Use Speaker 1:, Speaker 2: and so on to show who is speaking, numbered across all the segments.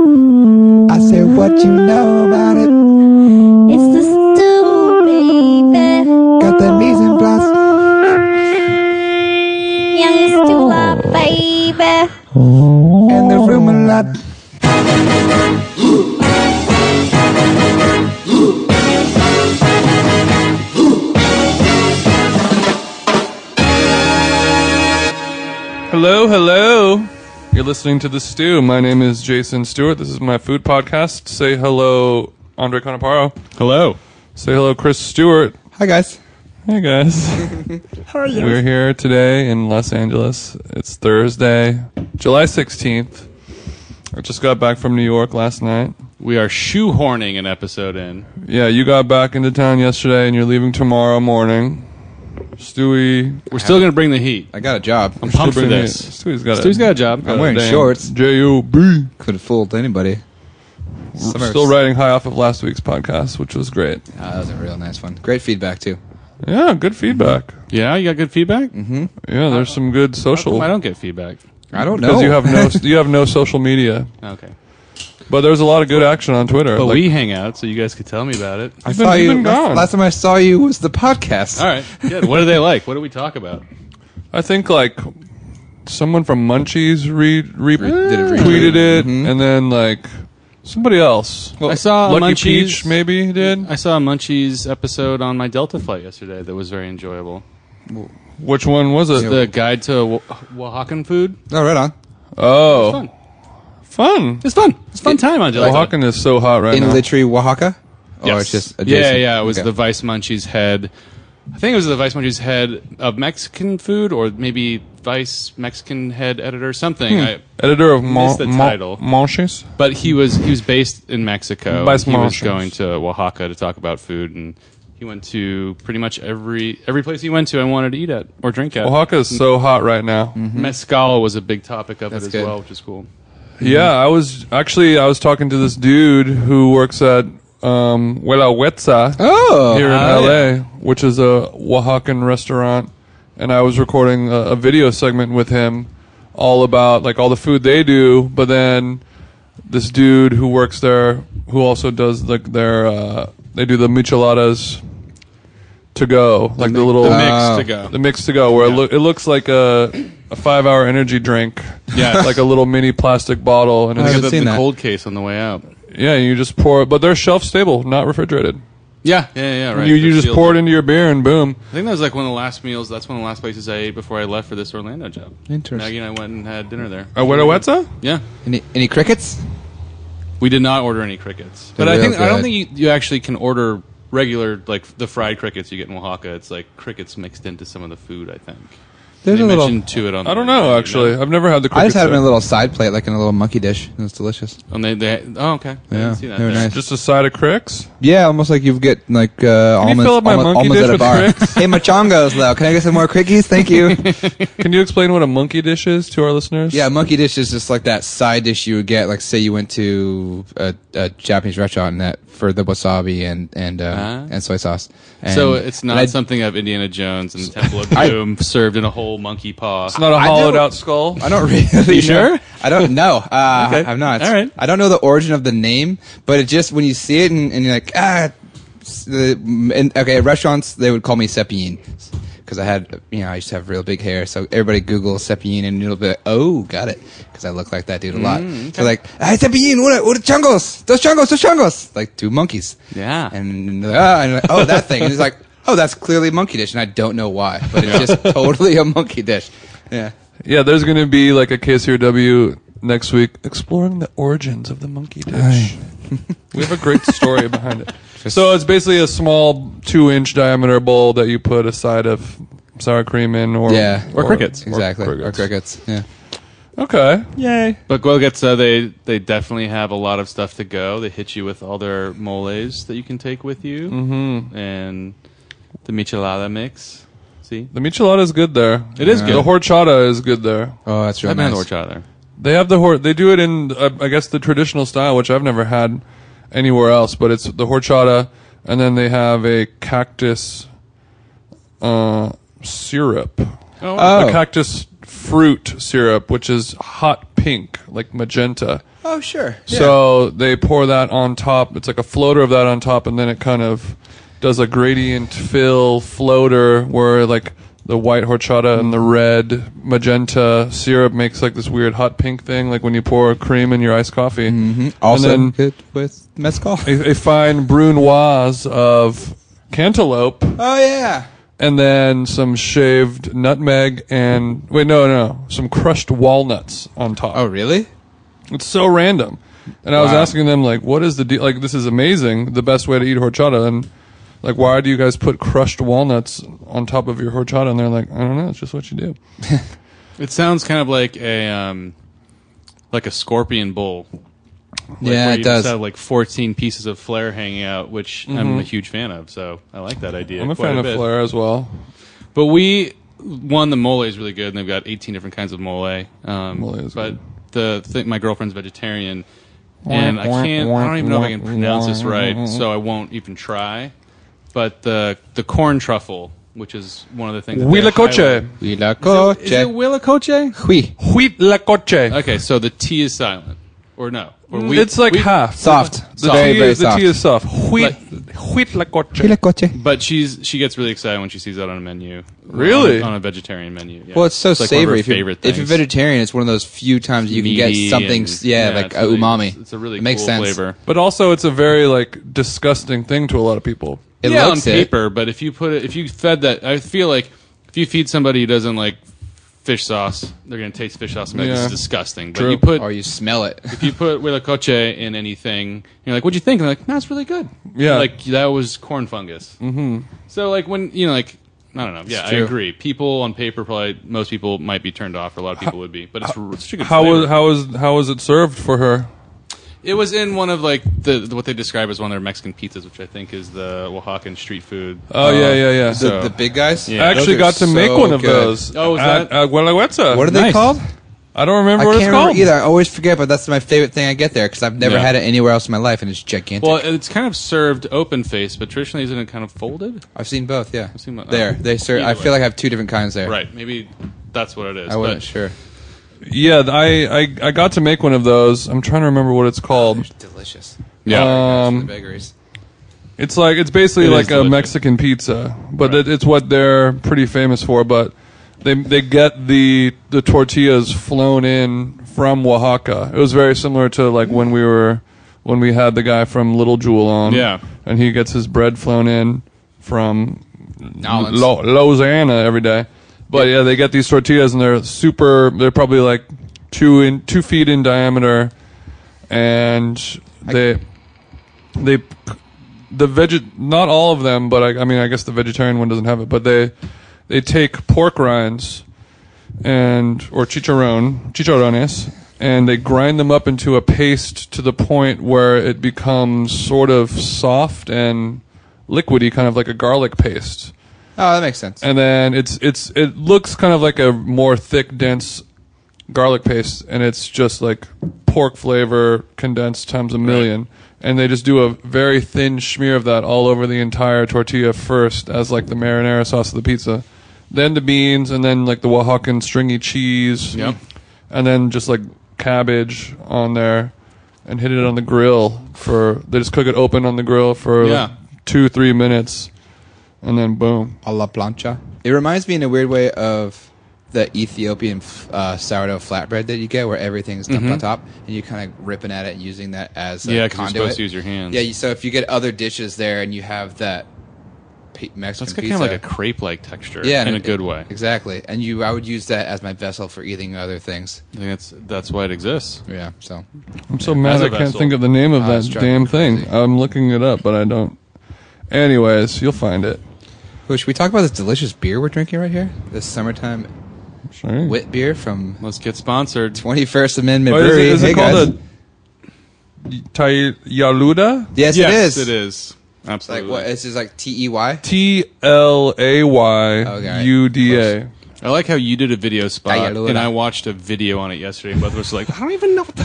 Speaker 1: I said, what you know about it?
Speaker 2: It's the stew, baby.
Speaker 1: Got the mise en place.
Speaker 2: Young stew, baby.
Speaker 1: in the room a lot.
Speaker 3: Hello, hello. You're listening to The Stew. My name is Jason Stewart. This is my food podcast. Say hello, Andre Conaparo.
Speaker 4: Hello.
Speaker 3: Say hello, Chris Stewart.
Speaker 1: Hi, guys.
Speaker 3: Hey, guys.
Speaker 4: How are you?
Speaker 3: We're here today in Los Angeles. It's Thursday, July 16th. I just got back from New York last night.
Speaker 4: shoehorning an episode in.
Speaker 3: Yeah, you got back into town yesterday and you're leaving tomorrow morning. Stewie.
Speaker 4: We're still going to bring the heat.
Speaker 1: I got a job.
Speaker 4: I'm pumped for
Speaker 3: Bring me-
Speaker 4: this.
Speaker 3: Stewie's got
Speaker 4: Stu's got a job.
Speaker 1: I'm wearing
Speaker 3: damn
Speaker 1: shorts.
Speaker 3: J-U-B.
Speaker 1: Could have fooled anybody. Summer's-
Speaker 3: Still riding high off of last week's podcast, which was great.
Speaker 1: Ah, that was a real nice one. Great feedback, too.
Speaker 3: Yeah, good feedback.
Speaker 4: Yeah, you got good feedback? Mm-hmm.
Speaker 3: Yeah, there's some good social.
Speaker 4: I don't get feedback.
Speaker 1: I don't know.
Speaker 3: Because you have no you have no social media,
Speaker 4: Okay.
Speaker 3: but there's a lot of good action on Twitter.
Speaker 4: But
Speaker 3: Like,
Speaker 4: we hang out, so you guys could tell me about it.
Speaker 1: I
Speaker 3: You've been-
Speaker 1: saw
Speaker 3: you've
Speaker 1: you.
Speaker 3: been gone.
Speaker 1: Last time I saw you was the podcast.
Speaker 4: All right. Good. What do they like? What do we talk about?
Speaker 3: I think like someone from Munchies re, re-
Speaker 1: did a retweet.
Speaker 3: tweeted it, and then like somebody else, Uh,
Speaker 4: I saw
Speaker 3: Lucky
Speaker 4: Munchies.
Speaker 3: Peach maybe did.
Speaker 4: I saw a Munchies episode on my Delta flight yesterday that was very enjoyable.
Speaker 3: Which one was it?
Speaker 4: The guide to Wa- Oaxacan food.
Speaker 1: Oh, right on.
Speaker 3: oh,
Speaker 4: Fun.
Speaker 3: fun!
Speaker 4: It's fun. It's a fun time on Delta.
Speaker 3: Oaxacan is so hot right
Speaker 1: In
Speaker 3: now.
Speaker 1: literary Oaxaca? Or Oh, it's just adjacent?
Speaker 4: Yeah, yeah. It was
Speaker 1: Okay.
Speaker 4: the Vice Munchie's head. I think it was the Vice Munchie's head of Mexican food, or maybe Vice Mexican head editor, something. I,
Speaker 3: Editor of Mon-
Speaker 4: the
Speaker 3: Mon-
Speaker 4: title.
Speaker 3: Munchies.
Speaker 4: but he was he was based in Mexico.
Speaker 3: Vice
Speaker 4: he was
Speaker 3: Munchies.
Speaker 4: going to Oaxaca to talk about food, and he went to pretty much every every place he went to. I wanted to eat at or drink at. Mm-hmm.
Speaker 3: Oaxaca is so hot right now.
Speaker 4: Mezcal was a big topic of
Speaker 1: That's
Speaker 4: it as
Speaker 1: good.
Speaker 4: well, which is cool.
Speaker 3: Yeah, I was actually I was talking to this dude who works at um, Huela Huetza
Speaker 1: Oh!
Speaker 3: here in
Speaker 4: Ah,
Speaker 3: LA, which is a Oaxacan restaurant, and I was recording a, a video segment with him all about like all the food they do, but then this dude who works there who also does like their uh, they do the micheladas to go, like the little
Speaker 4: The
Speaker 1: Uh,
Speaker 4: mix to go.
Speaker 3: the mix to go where it, loo- it looks like a a five hour energy drink.
Speaker 4: Yes.
Speaker 3: like a little mini plastic bottle, and
Speaker 1: I
Speaker 4: I
Speaker 3: it's,
Speaker 1: haven't
Speaker 4: got the,
Speaker 1: seen
Speaker 4: the
Speaker 1: that.
Speaker 4: cold case on the way out.
Speaker 3: yeah, you just pour it. But they're shelf stable, not refrigerated.
Speaker 4: Yeah, yeah, yeah. Right.
Speaker 3: you you
Speaker 4: They're
Speaker 3: just
Speaker 4: sealed
Speaker 3: pour
Speaker 4: up.
Speaker 3: it into your beer and boom.
Speaker 4: I think that was like one of the last meals. That's one of the last places I ate before I left for this Orlando job.
Speaker 1: Interesting.
Speaker 4: Maggie and I went and had dinner there.
Speaker 3: A Wedowetza?
Speaker 4: Yeah,
Speaker 1: Any, any crickets?
Speaker 4: we did not order any crickets, but
Speaker 1: They're
Speaker 4: I
Speaker 1: real
Speaker 4: think I don't
Speaker 1: good.
Speaker 4: think you, you actually can order regular like the fried crickets you get in Oaxaca. It's like crickets mixed into some of the food. I think
Speaker 1: There's
Speaker 4: they
Speaker 1: a little.
Speaker 4: mentioned to it on.
Speaker 3: I
Speaker 4: the
Speaker 3: don't
Speaker 4: menu, you
Speaker 3: know. Actually, I've never had the.
Speaker 1: I just had them in a
Speaker 3: crickets
Speaker 1: little side plate, like in a little monkey dish, and it's delicious.
Speaker 4: And they, they oh okay. I
Speaker 1: Yeah,
Speaker 4: didn't see that
Speaker 1: they were
Speaker 4: there.
Speaker 1: nice.
Speaker 3: Just a side of cricks.
Speaker 1: Yeah, almost like you get like uh,
Speaker 3: you
Speaker 1: almonds,
Speaker 3: fill up my
Speaker 1: almo-
Speaker 3: monkey
Speaker 1: almonds
Speaker 3: dish
Speaker 1: at a
Speaker 3: with
Speaker 1: bar.
Speaker 3: cricks?
Speaker 1: hey, machongos, though. Can I get some more crickies? Thank you.
Speaker 3: Can you explain what a monkey dish is to our listeners?
Speaker 1: yeah, monkey dish is just like that side dish you would get. Like, say you went to a, a Japanese restaurant and that for the wasabi and and uh,
Speaker 4: Ah.
Speaker 1: and soy sauce. And,
Speaker 4: So it's
Speaker 1: and I-
Speaker 4: not something of Indiana Jones and the Temple of Doom served in a whole monkey paw.
Speaker 3: it's not a
Speaker 1: I
Speaker 3: hollowed
Speaker 1: never-
Speaker 3: out skull.
Speaker 1: I don't really.
Speaker 4: You
Speaker 1: know.
Speaker 4: sure?
Speaker 1: I don't know. Uh,
Speaker 4: Okay.
Speaker 1: I'm not.
Speaker 4: All right.
Speaker 1: I don't know the origin of the name, but it just when you see it and, and you're like ah, s- the, and, okay. At restaurants they would call me Sepien because I had you know I used to have real big hair, so everybody Google Sepien and it'll be like, oh, got it because I look like that dude a lot.
Speaker 4: Mm,
Speaker 1: So like ah, Sepien, what what changos, dos changos, dos changos, like two monkeys.
Speaker 4: Yeah.
Speaker 1: And, they're like, ah, and they're like, oh, that thing. And it's like. Oh, that's clearly monkey dish, and I don't know why, but it's just totally a monkey dish. Yeah.
Speaker 3: Yeah, there's gonna be like a KCRW next week exploring the origins of the monkey dish. we have a great story behind it. So it's basically a small two-inch diameter bowl that you put a side of sour cream in, or
Speaker 1: Yeah.
Speaker 4: Or crickets.
Speaker 1: Exactly. Or
Speaker 3: crickets.
Speaker 1: crickets. Yeah.
Speaker 3: Okay.
Speaker 4: Yay! But Guelguetza, they they definitely have a lot of stuff to go. They hit you with all their moles that you can take with you, mm-hmm. and the michelada mix. See,
Speaker 3: The michelada is good there.
Speaker 4: It is good.
Speaker 3: The horchata is good there.
Speaker 1: Oh, that's really
Speaker 4: I've been
Speaker 1: nice.
Speaker 4: to horchata.
Speaker 3: They have the hor. They do it in, uh, I guess, the traditional style, which I've never had anywhere else. But it's the horchata, and then they have a cactus uh, syrup,
Speaker 4: Oh,
Speaker 1: Oh.
Speaker 3: a cactus fruit syrup, which is hot pink, like magenta.
Speaker 1: Oh, sure. Yeah.
Speaker 3: So they pour that on top. It's like a floater of that on top, and then it kind of does a gradient fill floater where like the white horchata and the red magenta syrup makes like this weird hot pink thing, like when you pour cream in your iced coffee. Mm-hmm.
Speaker 1: also
Speaker 3: and then
Speaker 1: good with mezcal.
Speaker 3: a, a fine brunoise of cantaloupe,
Speaker 1: Oh yeah.
Speaker 3: and then some shaved nutmeg and wait, no, no, some crushed walnuts on top.
Speaker 1: Oh really?
Speaker 3: It's so random. And I was
Speaker 1: Wow.
Speaker 3: asking them like, what is the deal? Like, this is amazing. The best way to eat horchata, and like, why do you guys put crushed walnuts on top of your horchata? And they're like, I don't know. It's just what you do.
Speaker 4: It sounds kind of like a um, like a scorpion bowl. Like
Speaker 1: yeah,
Speaker 4: where
Speaker 1: it
Speaker 4: you
Speaker 1: does.
Speaker 4: Just have like 14 pieces of flair hanging out, which I'm a huge fan of. So I like that idea.
Speaker 3: I'm a
Speaker 4: quite
Speaker 3: fan of
Speaker 4: bit.
Speaker 3: flair as well.
Speaker 4: But we one the mole is really good, and they've got 18 different kinds of mole. Um,
Speaker 3: Mole is
Speaker 4: but
Speaker 3: good.
Speaker 4: the thing, my girlfriend's vegetarian, and I can't. I don't even know if I can pronounce this right, so I won't even try. But the the corn truffle, which is one of the things. that they highlight-
Speaker 3: Huitlacoche.
Speaker 1: We la
Speaker 4: Is it Huilacoche?
Speaker 1: Hui.
Speaker 3: Huitlacoche.
Speaker 4: Okay, so the T is silent, or no? Or we-
Speaker 3: Mm, It's like
Speaker 4: we-
Speaker 3: half
Speaker 1: Soft.
Speaker 3: The,
Speaker 1: Soft. Very,
Speaker 3: tea
Speaker 1: very
Speaker 3: is, the
Speaker 1: soft.
Speaker 3: tea is soft. Huit,
Speaker 4: Like-
Speaker 1: Hui la
Speaker 3: huitlacoche.
Speaker 1: coche.
Speaker 4: But she's she gets really excited when she sees that on a menu.
Speaker 3: Really?
Speaker 4: on, on a vegetarian menu. yeah.
Speaker 1: Well, it's so
Speaker 4: like one of her
Speaker 1: savory. If you're,
Speaker 4: favorite
Speaker 1: if you're
Speaker 4: things.
Speaker 1: vegetarian, it's one of those few times you can
Speaker 4: Meaty
Speaker 1: get something,
Speaker 4: and-
Speaker 1: yeah, like
Speaker 4: it's
Speaker 1: a
Speaker 4: really-
Speaker 1: umami.
Speaker 4: It's, it's a really
Speaker 1: it makes
Speaker 4: cool
Speaker 1: sense.
Speaker 4: flavor.
Speaker 3: But also, it's a very like disgusting thing to a lot of people.
Speaker 1: It
Speaker 4: yeah,
Speaker 1: looks
Speaker 4: on
Speaker 1: it.
Speaker 4: paper, but if you put it, if you fed that, I feel like if you feed somebody who doesn't like fish sauce, they're gonna taste fish sauce and be like,
Speaker 3: Yeah.
Speaker 4: this is disgusting. But
Speaker 3: True. Oh,
Speaker 4: you put
Speaker 1: Or you smell it.
Speaker 4: if you put huilacoche in anything, you're like, what'd you think? And they're like, no, it's really good.
Speaker 3: Yeah.
Speaker 4: like that was corn fungus. Mm-hmm. So like when you know like. I don't know. Yeah, I
Speaker 1: true.
Speaker 4: agree. People on paper, probably most people might be turned off, or a lot of people would be. But it's, r- such a good
Speaker 3: How
Speaker 4: flavor.
Speaker 3: was how was how was it served for her?
Speaker 4: It was in one of like the what they describe as one of their Mexican pizzas, which I think is the Oaxacan street food.
Speaker 3: Oh yeah, yeah, yeah.
Speaker 1: The,
Speaker 4: Uh, So-
Speaker 1: the big guys.
Speaker 4: Yeah.
Speaker 3: I actually
Speaker 1: Those
Speaker 3: got
Speaker 1: are
Speaker 3: to make
Speaker 1: so
Speaker 3: one of
Speaker 1: good.
Speaker 3: those.
Speaker 4: Oh, is
Speaker 3: at,
Speaker 4: that-
Speaker 3: at Gualeguetza.
Speaker 1: What are they
Speaker 3: Nice.
Speaker 1: called?
Speaker 3: I don't remember
Speaker 1: I
Speaker 3: what
Speaker 1: can't
Speaker 3: it's
Speaker 1: remember
Speaker 3: called
Speaker 1: either. I always forget, but that's my favorite thing I get there because I've never
Speaker 4: Yeah.
Speaker 1: had it anywhere else in my life, and it's gigantic.
Speaker 4: Well, it's kind of served open face, but traditionally isn't it kind of folded?
Speaker 1: I've seen both. Yeah,
Speaker 4: seen both. Uh,
Speaker 1: there. They serve.
Speaker 4: Either
Speaker 1: I
Speaker 4: way.
Speaker 1: feel like I have two different kinds there.
Speaker 4: Right. Maybe that's what it is.
Speaker 1: I wasn't
Speaker 4: but
Speaker 1: sure.
Speaker 3: Yeah, th- I, I I got to make one of those. I'm trying to remember what it's called.
Speaker 1: Delicious.
Speaker 4: Yeah.
Speaker 1: the bakeries.
Speaker 3: It's like it's basically
Speaker 4: It is
Speaker 3: like a
Speaker 4: delicious.
Speaker 3: Mexican pizza, but it, it's what they're pretty famous for. But they they get the the tortillas flown in from Oaxaca. It was very similar to like when we were when we had the guy from Little Jewel on.
Speaker 4: Yeah.
Speaker 3: and he gets his bread flown in from
Speaker 1: Nolans.
Speaker 3: Lo- Louisiana every day. But yeah, they get these tortillas and they're super. They're probably like two in two feet in diameter, and they they the veg not all of them, but I, I mean I guess the vegetarian one doesn't have it. But they they take pork rinds and or chicharron chicharrones and they grind them up into a paste to the point where it becomes sort of soft and liquidy, kind of like a garlic paste
Speaker 1: Oh, that makes sense.
Speaker 3: and then it's it's it looks kind of like a more thick, dense garlic paste, and it's just like pork flavor condensed times a million. And they just do a very thin smear of that all over the entire tortilla first, as like the marinara sauce of the pizza, then the beans, and then like the Oaxacan stringy cheese,
Speaker 4: Yep.
Speaker 3: and then just like cabbage on there, and hit it on the grill for they just cook it open on the grill for like,
Speaker 4: Yeah.
Speaker 3: two three minutes, and then boom.
Speaker 1: a la plancha. It reminds me in a weird way of the Ethiopian f- uh, sourdough flatbread that you get, where everything's dumped on top, and you're kind of ripping at it and using that as a
Speaker 4: Mm-hmm. Yeah, 'cause you're
Speaker 1: conduit.
Speaker 4: supposed to use your hands.
Speaker 1: Yeah, you- so if you get other dishes there and you have that pe- Mexican
Speaker 4: It's got
Speaker 1: pizza,
Speaker 4: kind of like a crepe like texture
Speaker 1: yeah,
Speaker 4: in a
Speaker 1: and-
Speaker 4: good way. I
Speaker 1: exactly. And you, I would use that as my vessel for eating other things.
Speaker 4: think that's, that's why it exists.
Speaker 1: Yeah, so
Speaker 3: I'm so mad
Speaker 4: As a
Speaker 3: I can't
Speaker 4: vessel.
Speaker 3: think of the name of
Speaker 1: Ah,
Speaker 3: that
Speaker 1: it's driving
Speaker 3: damn
Speaker 1: me
Speaker 3: thing.
Speaker 1: crazy.
Speaker 3: I'm looking it up, but I don't. Anyways, you'll find it.
Speaker 1: Well, should we talk about this delicious beer we're drinking right here? This summertime
Speaker 3: Sure.
Speaker 1: wit beer from
Speaker 4: Let's get sponsored.
Speaker 1: 21st Amendment
Speaker 3: Oh, is it,
Speaker 1: Brewery.
Speaker 3: is it
Speaker 1: Hey, guys.
Speaker 3: called a Tay Yaluda?
Speaker 1: Yes, it
Speaker 4: yes,
Speaker 1: is.
Speaker 4: it is.
Speaker 1: Like
Speaker 4: Absolutely.
Speaker 1: what? This is like T E Y.
Speaker 3: T L A Y U D A.
Speaker 4: I like how you did a video spot,
Speaker 1: Ayalula.
Speaker 4: and I watched a video on it yesterday, and both of us were like, I don't even know what the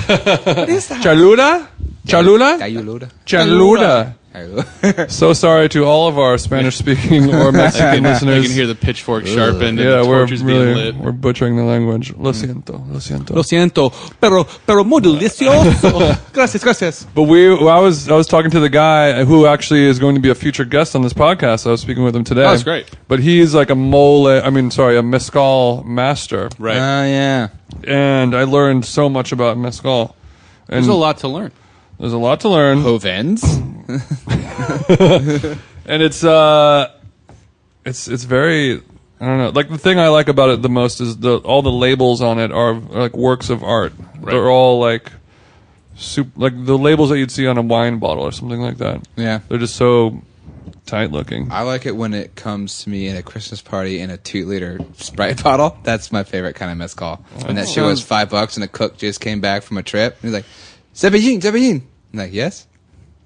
Speaker 1: E
Speaker 3: Chalula? Chalula?
Speaker 1: Cayuluda.
Speaker 3: Chalula.
Speaker 1: Oh,
Speaker 3: So sorry to all of our Spanish-speaking or Mexican
Speaker 4: I
Speaker 3: listeners.
Speaker 4: can hear the pitchfork sharpened
Speaker 3: yeah,
Speaker 4: and the
Speaker 3: we're
Speaker 4: torches being
Speaker 3: really
Speaker 4: lit.
Speaker 3: we're butchering the language. Lo siento, lo siento.
Speaker 1: siento, pero pero muy delicioso. gracias, gracias.
Speaker 3: But we, well, I was, I was talking to the guy who actually is going to be a future guest on this podcast. I was speaking with him today.
Speaker 4: Oh, That's great.
Speaker 3: But he's like a mole. I mean, sorry, a mezcal master.
Speaker 1: Oh
Speaker 4: Right.
Speaker 1: yeah.
Speaker 3: And I learned so much about mezcal. And
Speaker 4: There's a lot to learn.
Speaker 3: There's a lot to learn.
Speaker 1: Hovens.
Speaker 3: and it's uh it's it's very I don't know. Like the thing I like about it the most is the all the labels on it are, like works of art. They're all like soup like the labels that you'd see on a wine bottle or something like that.
Speaker 1: Yeah.
Speaker 3: They're just so tight looking.
Speaker 1: I like it when it comes to me at a Christmas party in a two liter Sprite bottle. That's my favorite kind of mezcal. When that shit was five bucks and a cook just came back from a trip, he's like, "Zebeyin, Zebeyin." I'm like, "Yes,"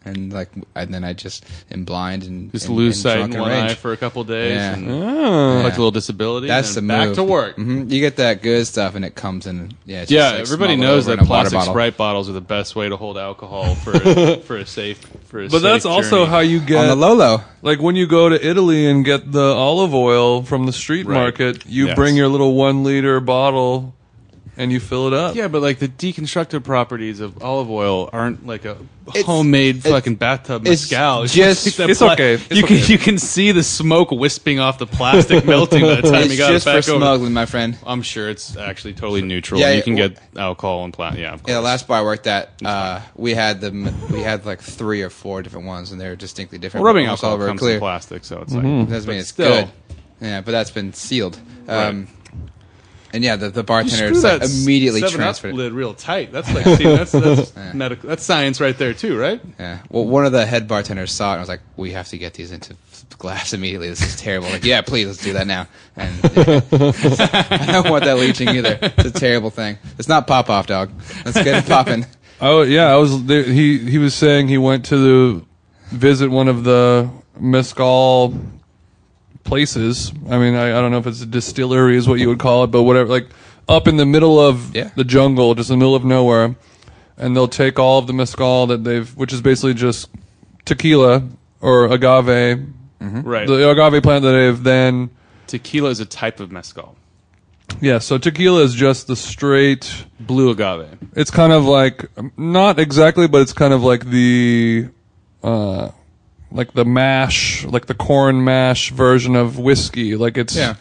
Speaker 1: and like, and then I just am blind and
Speaker 4: Just
Speaker 1: and-
Speaker 4: lose
Speaker 1: and
Speaker 4: sight
Speaker 1: drunk
Speaker 4: in
Speaker 1: and
Speaker 4: one
Speaker 1: rage.
Speaker 4: eye for a couple days.
Speaker 1: Yeah.
Speaker 4: And
Speaker 3: Oh.
Speaker 4: Like a little disability.
Speaker 1: That's the
Speaker 4: and back
Speaker 1: move.
Speaker 4: to work.
Speaker 1: hmm You get that good stuff, and it comes in. Yeah, it's
Speaker 4: Yeah,
Speaker 1: just, like,
Speaker 4: everybody
Speaker 1: smuggled
Speaker 4: knows
Speaker 1: over in
Speaker 4: that
Speaker 1: a water
Speaker 4: plastic
Speaker 1: bottle.
Speaker 4: Sprite bottles are the best way to hold alcohol for a, for a safe for a
Speaker 3: But that's
Speaker 4: safe
Speaker 3: also
Speaker 4: journey.
Speaker 3: how you get
Speaker 1: on the low low.
Speaker 3: Like when you go to Italy and get the olive oil from the street
Speaker 4: Right.
Speaker 3: market, you
Speaker 4: Yes.
Speaker 3: bring your little one liter bottle and you fill it up.
Speaker 4: Yeah, but like the deconstructive properties of olive oil aren't like a
Speaker 1: It's-
Speaker 4: homemade
Speaker 1: it's-
Speaker 4: fucking bathtub
Speaker 1: it's
Speaker 4: mezcal. You
Speaker 1: just-
Speaker 4: can see that
Speaker 3: It's okay. It's
Speaker 4: you
Speaker 3: okay.
Speaker 4: can you can see the smoke wisping off the plastic melting by the time
Speaker 1: It's
Speaker 4: you got
Speaker 1: just
Speaker 4: it
Speaker 1: for
Speaker 4: back over.
Speaker 1: smuggling, my friend.
Speaker 4: I'm sure it's actually totally neutral.
Speaker 1: Yeah,
Speaker 4: you
Speaker 1: yeah,
Speaker 4: can
Speaker 1: well-
Speaker 4: get alcohol and plastic. Yeah, of course.
Speaker 1: Yeah, the last bar I worked at, uh, we had the we had like three or four different ones, and they were distinctly different.
Speaker 4: Well, rubbing
Speaker 1: Almost
Speaker 4: alcohol
Speaker 1: all were
Speaker 4: comes in plastic, so it's like
Speaker 1: Doesn't mean
Speaker 4: but
Speaker 1: it's
Speaker 4: still.
Speaker 1: good. Yeah, but that's been sealed. Um,
Speaker 4: Right.
Speaker 1: And yeah, the, the bartender
Speaker 4: Screw
Speaker 1: is like
Speaker 4: that
Speaker 1: immediately
Speaker 4: 7-Up
Speaker 1: transferred. it.
Speaker 4: lid real tight. That's like see, that's that's medical. That's science right there too, right?
Speaker 1: Yeah. Well, one of the head bartenders saw it and was like, "We have to get these into glass immediately. This is terrible." Like, yeah, please, let's do that now. And yeah. I don't want that leaching either. It's a terrible thing. It's not pop off, dog. Let's get it popping.
Speaker 3: Oh yeah, I was. There, he he was saying he went to the, visit one of the mezcal places. I mean, I, I don't know if it's a distillery is what you would call it, but whatever. Like up in the middle of
Speaker 1: Yeah.
Speaker 3: the jungle, just in the middle of nowhere, and they'll take all of the mezcal that they've, which is basically just tequila or agave,
Speaker 4: Right.
Speaker 3: the agave plant that they've then.
Speaker 4: Tequila is a type of mezcal.
Speaker 3: Yeah, so tequila is just the straight.
Speaker 4: Blue agave.
Speaker 3: It's kind of like not exactly, but it's kind of like the uh like the mash, like the corn mash version of whiskey. Like it's
Speaker 1: Yeah.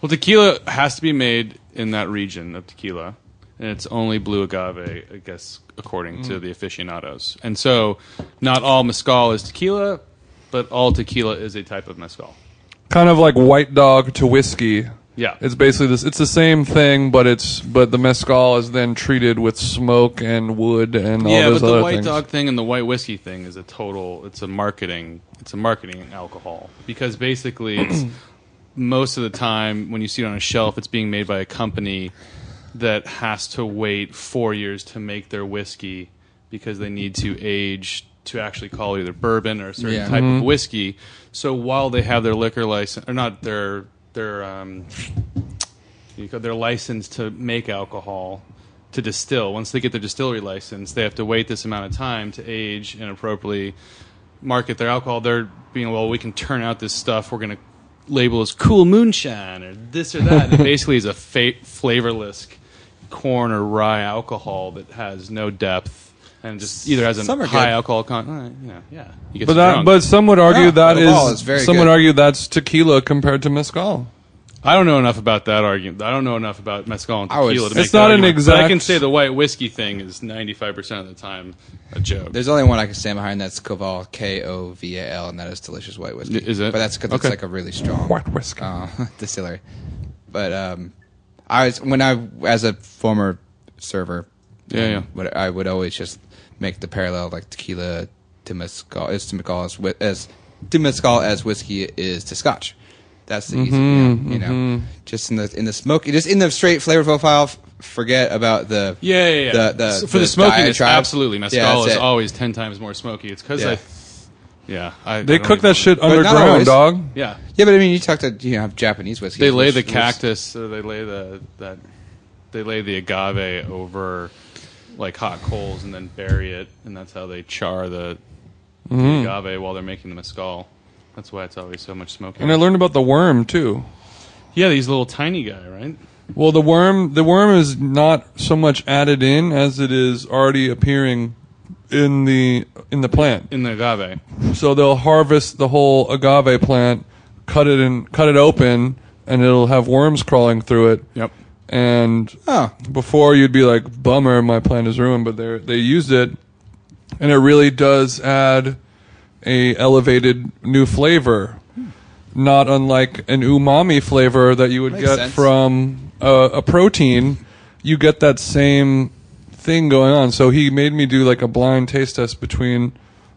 Speaker 4: Well, tequila has to be made in that region of tequila, and it's only blue agave, I guess, according to the aficionados. And so, not all mezcal is tequila, but all tequila is a type of mezcal.
Speaker 3: kind of like white dog to whiskey.
Speaker 4: Yeah.
Speaker 3: It's basically this it's the same thing, but it's but the mezcal is then treated with smoke and wood and all
Speaker 4: yeah,
Speaker 3: those
Speaker 4: but
Speaker 3: other
Speaker 4: the white
Speaker 3: things.
Speaker 4: dog thing and the white whiskey thing is a total. It's a marketing. It's a marketing alcohol because basically, it's most of the time when you see it on a shelf, it's being made by a company that has to wait four years to make their whiskey because they need to age to actually call either bourbon or a certain
Speaker 1: Yeah.
Speaker 4: type of whiskey. So while they have their liquor license or not their their um, you know, they're licensed to make alcohol to distill. Once they get their distillery license, they have to wait this amount of time to age and appropriately market their alcohol. They're being well, we can turn out this stuff. We're going to label as cool moonshine or this or that. it basically is a fa- flavorless corn or rye alcohol that has no depth and just either has a
Speaker 1: Some are
Speaker 4: high
Speaker 1: good.
Speaker 4: alcohol con. all right, you know, yeah, you get
Speaker 3: but that
Speaker 4: drunk.
Speaker 3: but some would argue
Speaker 1: Yeah,
Speaker 3: that
Speaker 1: overall
Speaker 3: is
Speaker 1: it's very
Speaker 3: some would
Speaker 1: good.
Speaker 3: argue that's tequila compared to mezcal.
Speaker 4: I don't know enough about that argument. I don't know enough about mezcal and
Speaker 1: I was-
Speaker 4: tequila. to make
Speaker 3: It's not
Speaker 4: that
Speaker 3: an
Speaker 4: argument, but I
Speaker 3: exact-
Speaker 4: can say the white whiskey thing is ninety five percent of the time a joke.
Speaker 1: There's only one I can stand behind. That's Koval, K O V A L, and that is delicious white whiskey.
Speaker 4: Is it?
Speaker 1: But that's because
Speaker 4: Okay.
Speaker 1: it's like a really strong
Speaker 3: White whiskey.
Speaker 1: uh, distillery. But um, I was when I as a former server,
Speaker 4: Yeah, yeah.
Speaker 1: But I would always just make the parallel like tequila to mezcal is to mezcal as, whi- as to mezcal as whiskey is to Scotch. That's the easy,
Speaker 4: Mm-hmm,
Speaker 1: you know, just in the in the smoke, just in the straight flavor profile. F- forget about the
Speaker 4: Yeah, yeah, yeah.
Speaker 1: The, the,
Speaker 4: for the, smokiness,
Speaker 1: diatribe.
Speaker 4: absolutely.
Speaker 1: Yeah,
Speaker 4: Mezcal
Speaker 1: that's
Speaker 4: is
Speaker 1: it.
Speaker 4: always ten times more smoky. It's because
Speaker 1: Yeah.
Speaker 4: I, yeah, I, I
Speaker 3: They
Speaker 4: don't
Speaker 3: cook
Speaker 4: even know.
Speaker 3: that shit
Speaker 1: not
Speaker 3: underground,
Speaker 1: always.
Speaker 3: dog.
Speaker 4: Yeah,
Speaker 1: Yeah, but I mean, you talk to you know, have Japanese whiskey.
Speaker 4: they lay the cactus. Or they lay the that, they lay the agave over like hot coals and then bury it, and that's how they char the
Speaker 3: Mm-hmm.
Speaker 4: the agave while they're making the mezcal. That's why it's always so much smoke.
Speaker 3: And I learned about the worm too.
Speaker 4: yeah, he's a little tiny guy, right?
Speaker 3: Well, the worm the worm is not so much added in as it is already appearing in the in the plant.
Speaker 4: In the agave.
Speaker 3: So they'll harvest the whole agave plant, cut it and cut it open, and it'll have worms crawling through it.
Speaker 4: Yep.
Speaker 3: And
Speaker 1: Oh,
Speaker 3: before you'd be like, "Bummer, my plant is ruined," but they they used it, and it really does add a elevated new flavor, not unlike an umami flavor that you would
Speaker 1: Makes
Speaker 3: get
Speaker 1: sense.
Speaker 3: from a, a protein. You get that same thing going on. So he made me do like a blind taste test between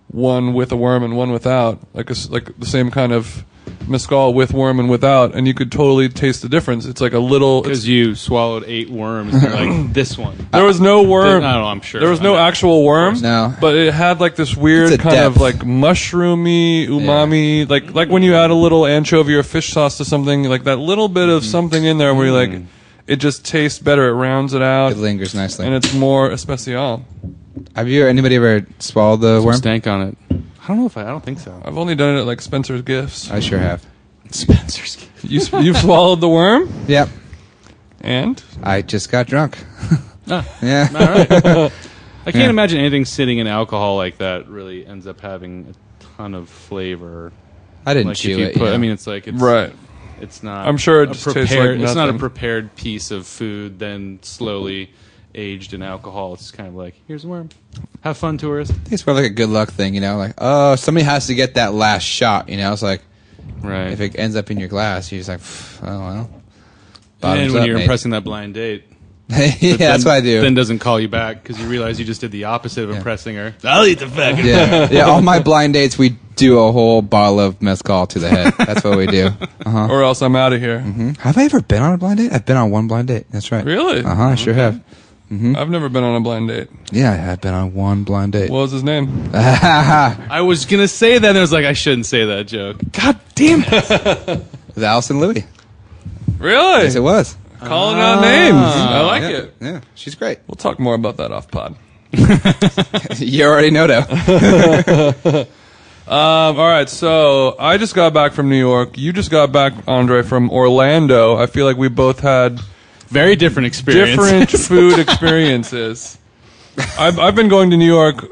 Speaker 3: one with a worm and one without, like a s like the same kind of mezcal with worm and without, and you could totally taste the difference. It's like a little. It's
Speaker 4: Because you swallowed eight worms, and you're like this one.
Speaker 3: there was no worm.
Speaker 4: I don't know, I'm sure.
Speaker 3: There was no
Speaker 4: I-
Speaker 3: actual worm.
Speaker 1: No.
Speaker 3: But it had like this weird
Speaker 1: It's a
Speaker 3: kind of
Speaker 1: depth.
Speaker 3: like mushroomy, umami, like like when you add a little anchovy or fish sauce to something, like that little bit of
Speaker 1: Mm-hmm.
Speaker 3: something in there where you like it just tastes better, it rounds it out.
Speaker 1: Mm. it lingers nicely.
Speaker 3: and it's more especial.
Speaker 1: Have you anybody ever swallowed the worm?
Speaker 4: stank on it. I don't know if I. I don't think so.
Speaker 3: I've only done it at like Spencer's Gifts.
Speaker 1: I sure have.
Speaker 4: Spencer's.
Speaker 3: You s- you've swallowed the worm
Speaker 1: Yep.
Speaker 3: and
Speaker 1: I just got drunk.
Speaker 4: Ah.
Speaker 1: yeah.
Speaker 4: All right. I can't imagine anything sitting in alcohol like that really ends up having a ton of flavor.
Speaker 1: I didn't
Speaker 4: Like if
Speaker 1: chew
Speaker 4: you
Speaker 1: it.
Speaker 4: put,
Speaker 1: yeah.
Speaker 4: I mean, it's like it's
Speaker 3: right.
Speaker 4: It's not.
Speaker 3: I'm sure it
Speaker 4: a
Speaker 3: just tastes like
Speaker 4: It's not a
Speaker 3: nothing.
Speaker 4: prepared piece of food, then slowly aged in alcohol. It's kind of like here's a worm. Have fun, tourist.
Speaker 1: it's more like a good luck thing, you know. Like, oh, somebody has to get that last shot, you know. It's like
Speaker 4: Right.
Speaker 1: if it ends up in your glass, you're just like, "Pff, oh well.
Speaker 4: and
Speaker 1: Bottoms
Speaker 4: when
Speaker 1: up,
Speaker 4: you're
Speaker 1: mate."
Speaker 4: impressing that blind date,
Speaker 1: yeah, that's
Speaker 4: then-
Speaker 1: what I do.
Speaker 4: Then doesn't call you back because you realize you just did the opposite of impressing her. I'll eat the fucking.
Speaker 1: yeah, yeah. All my blind dates, we do a whole bottle of mezcal to the head. That's what we do. Uh-huh.
Speaker 3: Or else I'm out of here.
Speaker 1: Have I ever been on a blind date? I've been on one blind date. That's right.
Speaker 3: Really?
Speaker 1: Uh huh. I sure have.
Speaker 3: I've never been on a blind date.
Speaker 1: Yeah, I have been on one blind date.
Speaker 3: What was his name?
Speaker 4: I was gonna say that, and I was like, I shouldn't say that joke. God damn it!
Speaker 1: With Allison Louie.
Speaker 3: Really?
Speaker 1: Yes, it was.
Speaker 3: Calling out names. I like
Speaker 1: yeah.
Speaker 3: it.
Speaker 1: Yeah, she's great.
Speaker 3: We'll talk more about that off pod.
Speaker 1: you already know that.
Speaker 3: Um, all right, so I just got back from New York. You just got back, Andre, from Orlando. I feel like we both had
Speaker 4: Very different experience.
Speaker 3: different food experiences. I've, I've been going to New York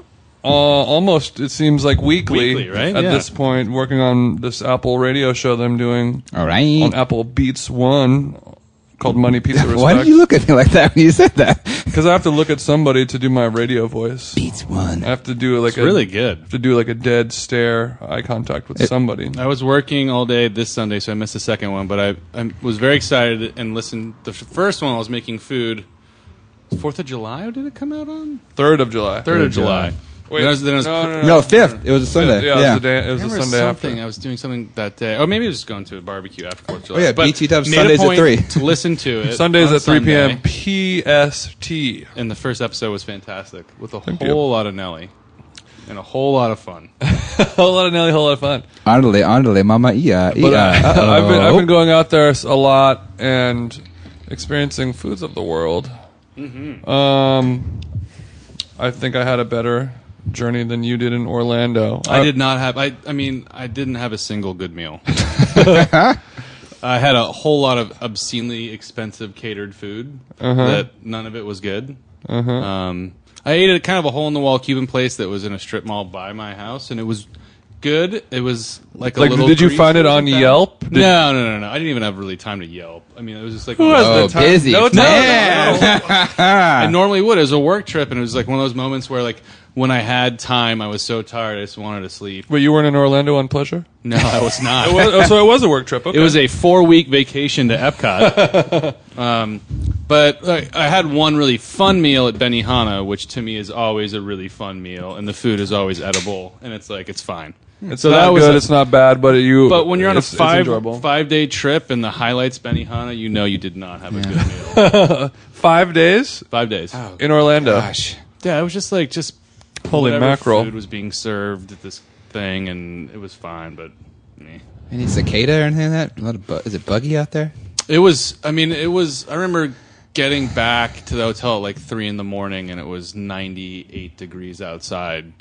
Speaker 3: uh, almost, it seems like, weekly,
Speaker 4: Weekly, right?
Speaker 3: at
Speaker 4: Yeah.
Speaker 3: this point, working on this Apple radio show that I'm doing
Speaker 1: All right.
Speaker 3: on Apple Beats 1 called Money, Pizza, Respect.
Speaker 1: Why did you look at me like that when you said that?
Speaker 3: Because I have to look at somebody to do my radio voice.
Speaker 1: Beats one.
Speaker 3: I have to do like
Speaker 4: It's
Speaker 3: a,
Speaker 4: really good.
Speaker 3: to do like a dead stare, eye contact with somebody.
Speaker 4: I was working all day this Sunday, so I missed the second one. But I, I was very excited and listened. The f- first one I was making food. Fourth of July? Did it come out on
Speaker 3: Third of July.
Speaker 4: Third of July?
Speaker 3: Wait,
Speaker 4: Then I was- then I was-
Speaker 3: no, no, no.
Speaker 1: No, fifth. It was a Sunday.
Speaker 3: Yeah,
Speaker 1: Yeah.
Speaker 3: It was, a day, it was
Speaker 4: I
Speaker 3: a
Speaker 4: remember
Speaker 3: Sunday
Speaker 4: something.
Speaker 3: after.
Speaker 4: I was doing something that day. Oh, maybe I was just going to a barbecue after Fourth of July.
Speaker 1: Oh, yeah,
Speaker 4: But
Speaker 1: BT Dubs
Speaker 4: made a
Speaker 1: Sundays at
Speaker 4: point
Speaker 1: 3.
Speaker 4: To listen to it.
Speaker 3: Sundays
Speaker 4: on
Speaker 3: at 3 p.m.
Speaker 4: Sunday,
Speaker 3: PST.
Speaker 4: And the first episode was fantastic with a
Speaker 3: Thank
Speaker 4: whole
Speaker 3: you.
Speaker 4: lot of Nelly and a whole lot of fun.
Speaker 3: whole lot of Nelly, whole lot of fun.
Speaker 1: Andale, andale, mama, ia, ia.
Speaker 3: But uh,
Speaker 1: Uh-oh.
Speaker 3: I've, been, I've been going out there s- a lot and experiencing foods of the world. Um, I think I had a better journey than you did in Orlando. Uh,
Speaker 4: I did not have. I. I mean, I didn't have a single good meal. I had a whole lot of obscenely expensive catered food
Speaker 3: Uh-huh.
Speaker 4: that none of it was good. Um, I ate at kind of a hole in the wall Cuban place that was in a strip mall by my house, and it was good. It was like a
Speaker 3: Like,
Speaker 4: little.
Speaker 3: did you
Speaker 4: greasy
Speaker 3: find it on
Speaker 4: sometimes.
Speaker 3: Yelp? Did-
Speaker 4: no, no, no, no. I didn't even have really time to Yelp. I mean, it was just like
Speaker 3: Who has
Speaker 1: Oh,
Speaker 3: the time?
Speaker 1: busy.
Speaker 3: No time.
Speaker 4: Man. I normally would. It was a work trip, and it was like one of those moments where, like, when I had time, I was so tired, I just wanted to sleep.
Speaker 3: But you weren't in Orlando on pleasure?
Speaker 4: No, I was not.
Speaker 3: It was- oh, so it was a work trip. Okay.
Speaker 4: It was a four week vacation to Epcot. um, but I, I had one really fun meal at Benihana, which to me is always a really fun meal, and the food is always edible, and it's like it's fine.
Speaker 3: It's
Speaker 4: So
Speaker 3: not
Speaker 4: that was
Speaker 3: good.
Speaker 4: a-
Speaker 3: it's not bad, but you.
Speaker 4: But when you're on
Speaker 3: it's-
Speaker 4: a
Speaker 3: it's
Speaker 4: five
Speaker 3: enjoyable.
Speaker 4: five day trip and the highlights Benihana, you know you did not have a good meal.
Speaker 3: five days
Speaker 4: Five days.
Speaker 3: in Orlando.
Speaker 1: Gosh.
Speaker 4: Yeah, it was just like just
Speaker 3: Holy
Speaker 4: whatever
Speaker 3: mackerel.
Speaker 4: Food was being served at this thing, and it was fine, but. meh.
Speaker 1: Any cicada or anything like that? A lot of bu- is it buggy out there?
Speaker 4: It was. I mean, it was. I remember getting back to the hotel at like three in the morning, and it was ninety-eight degrees outside,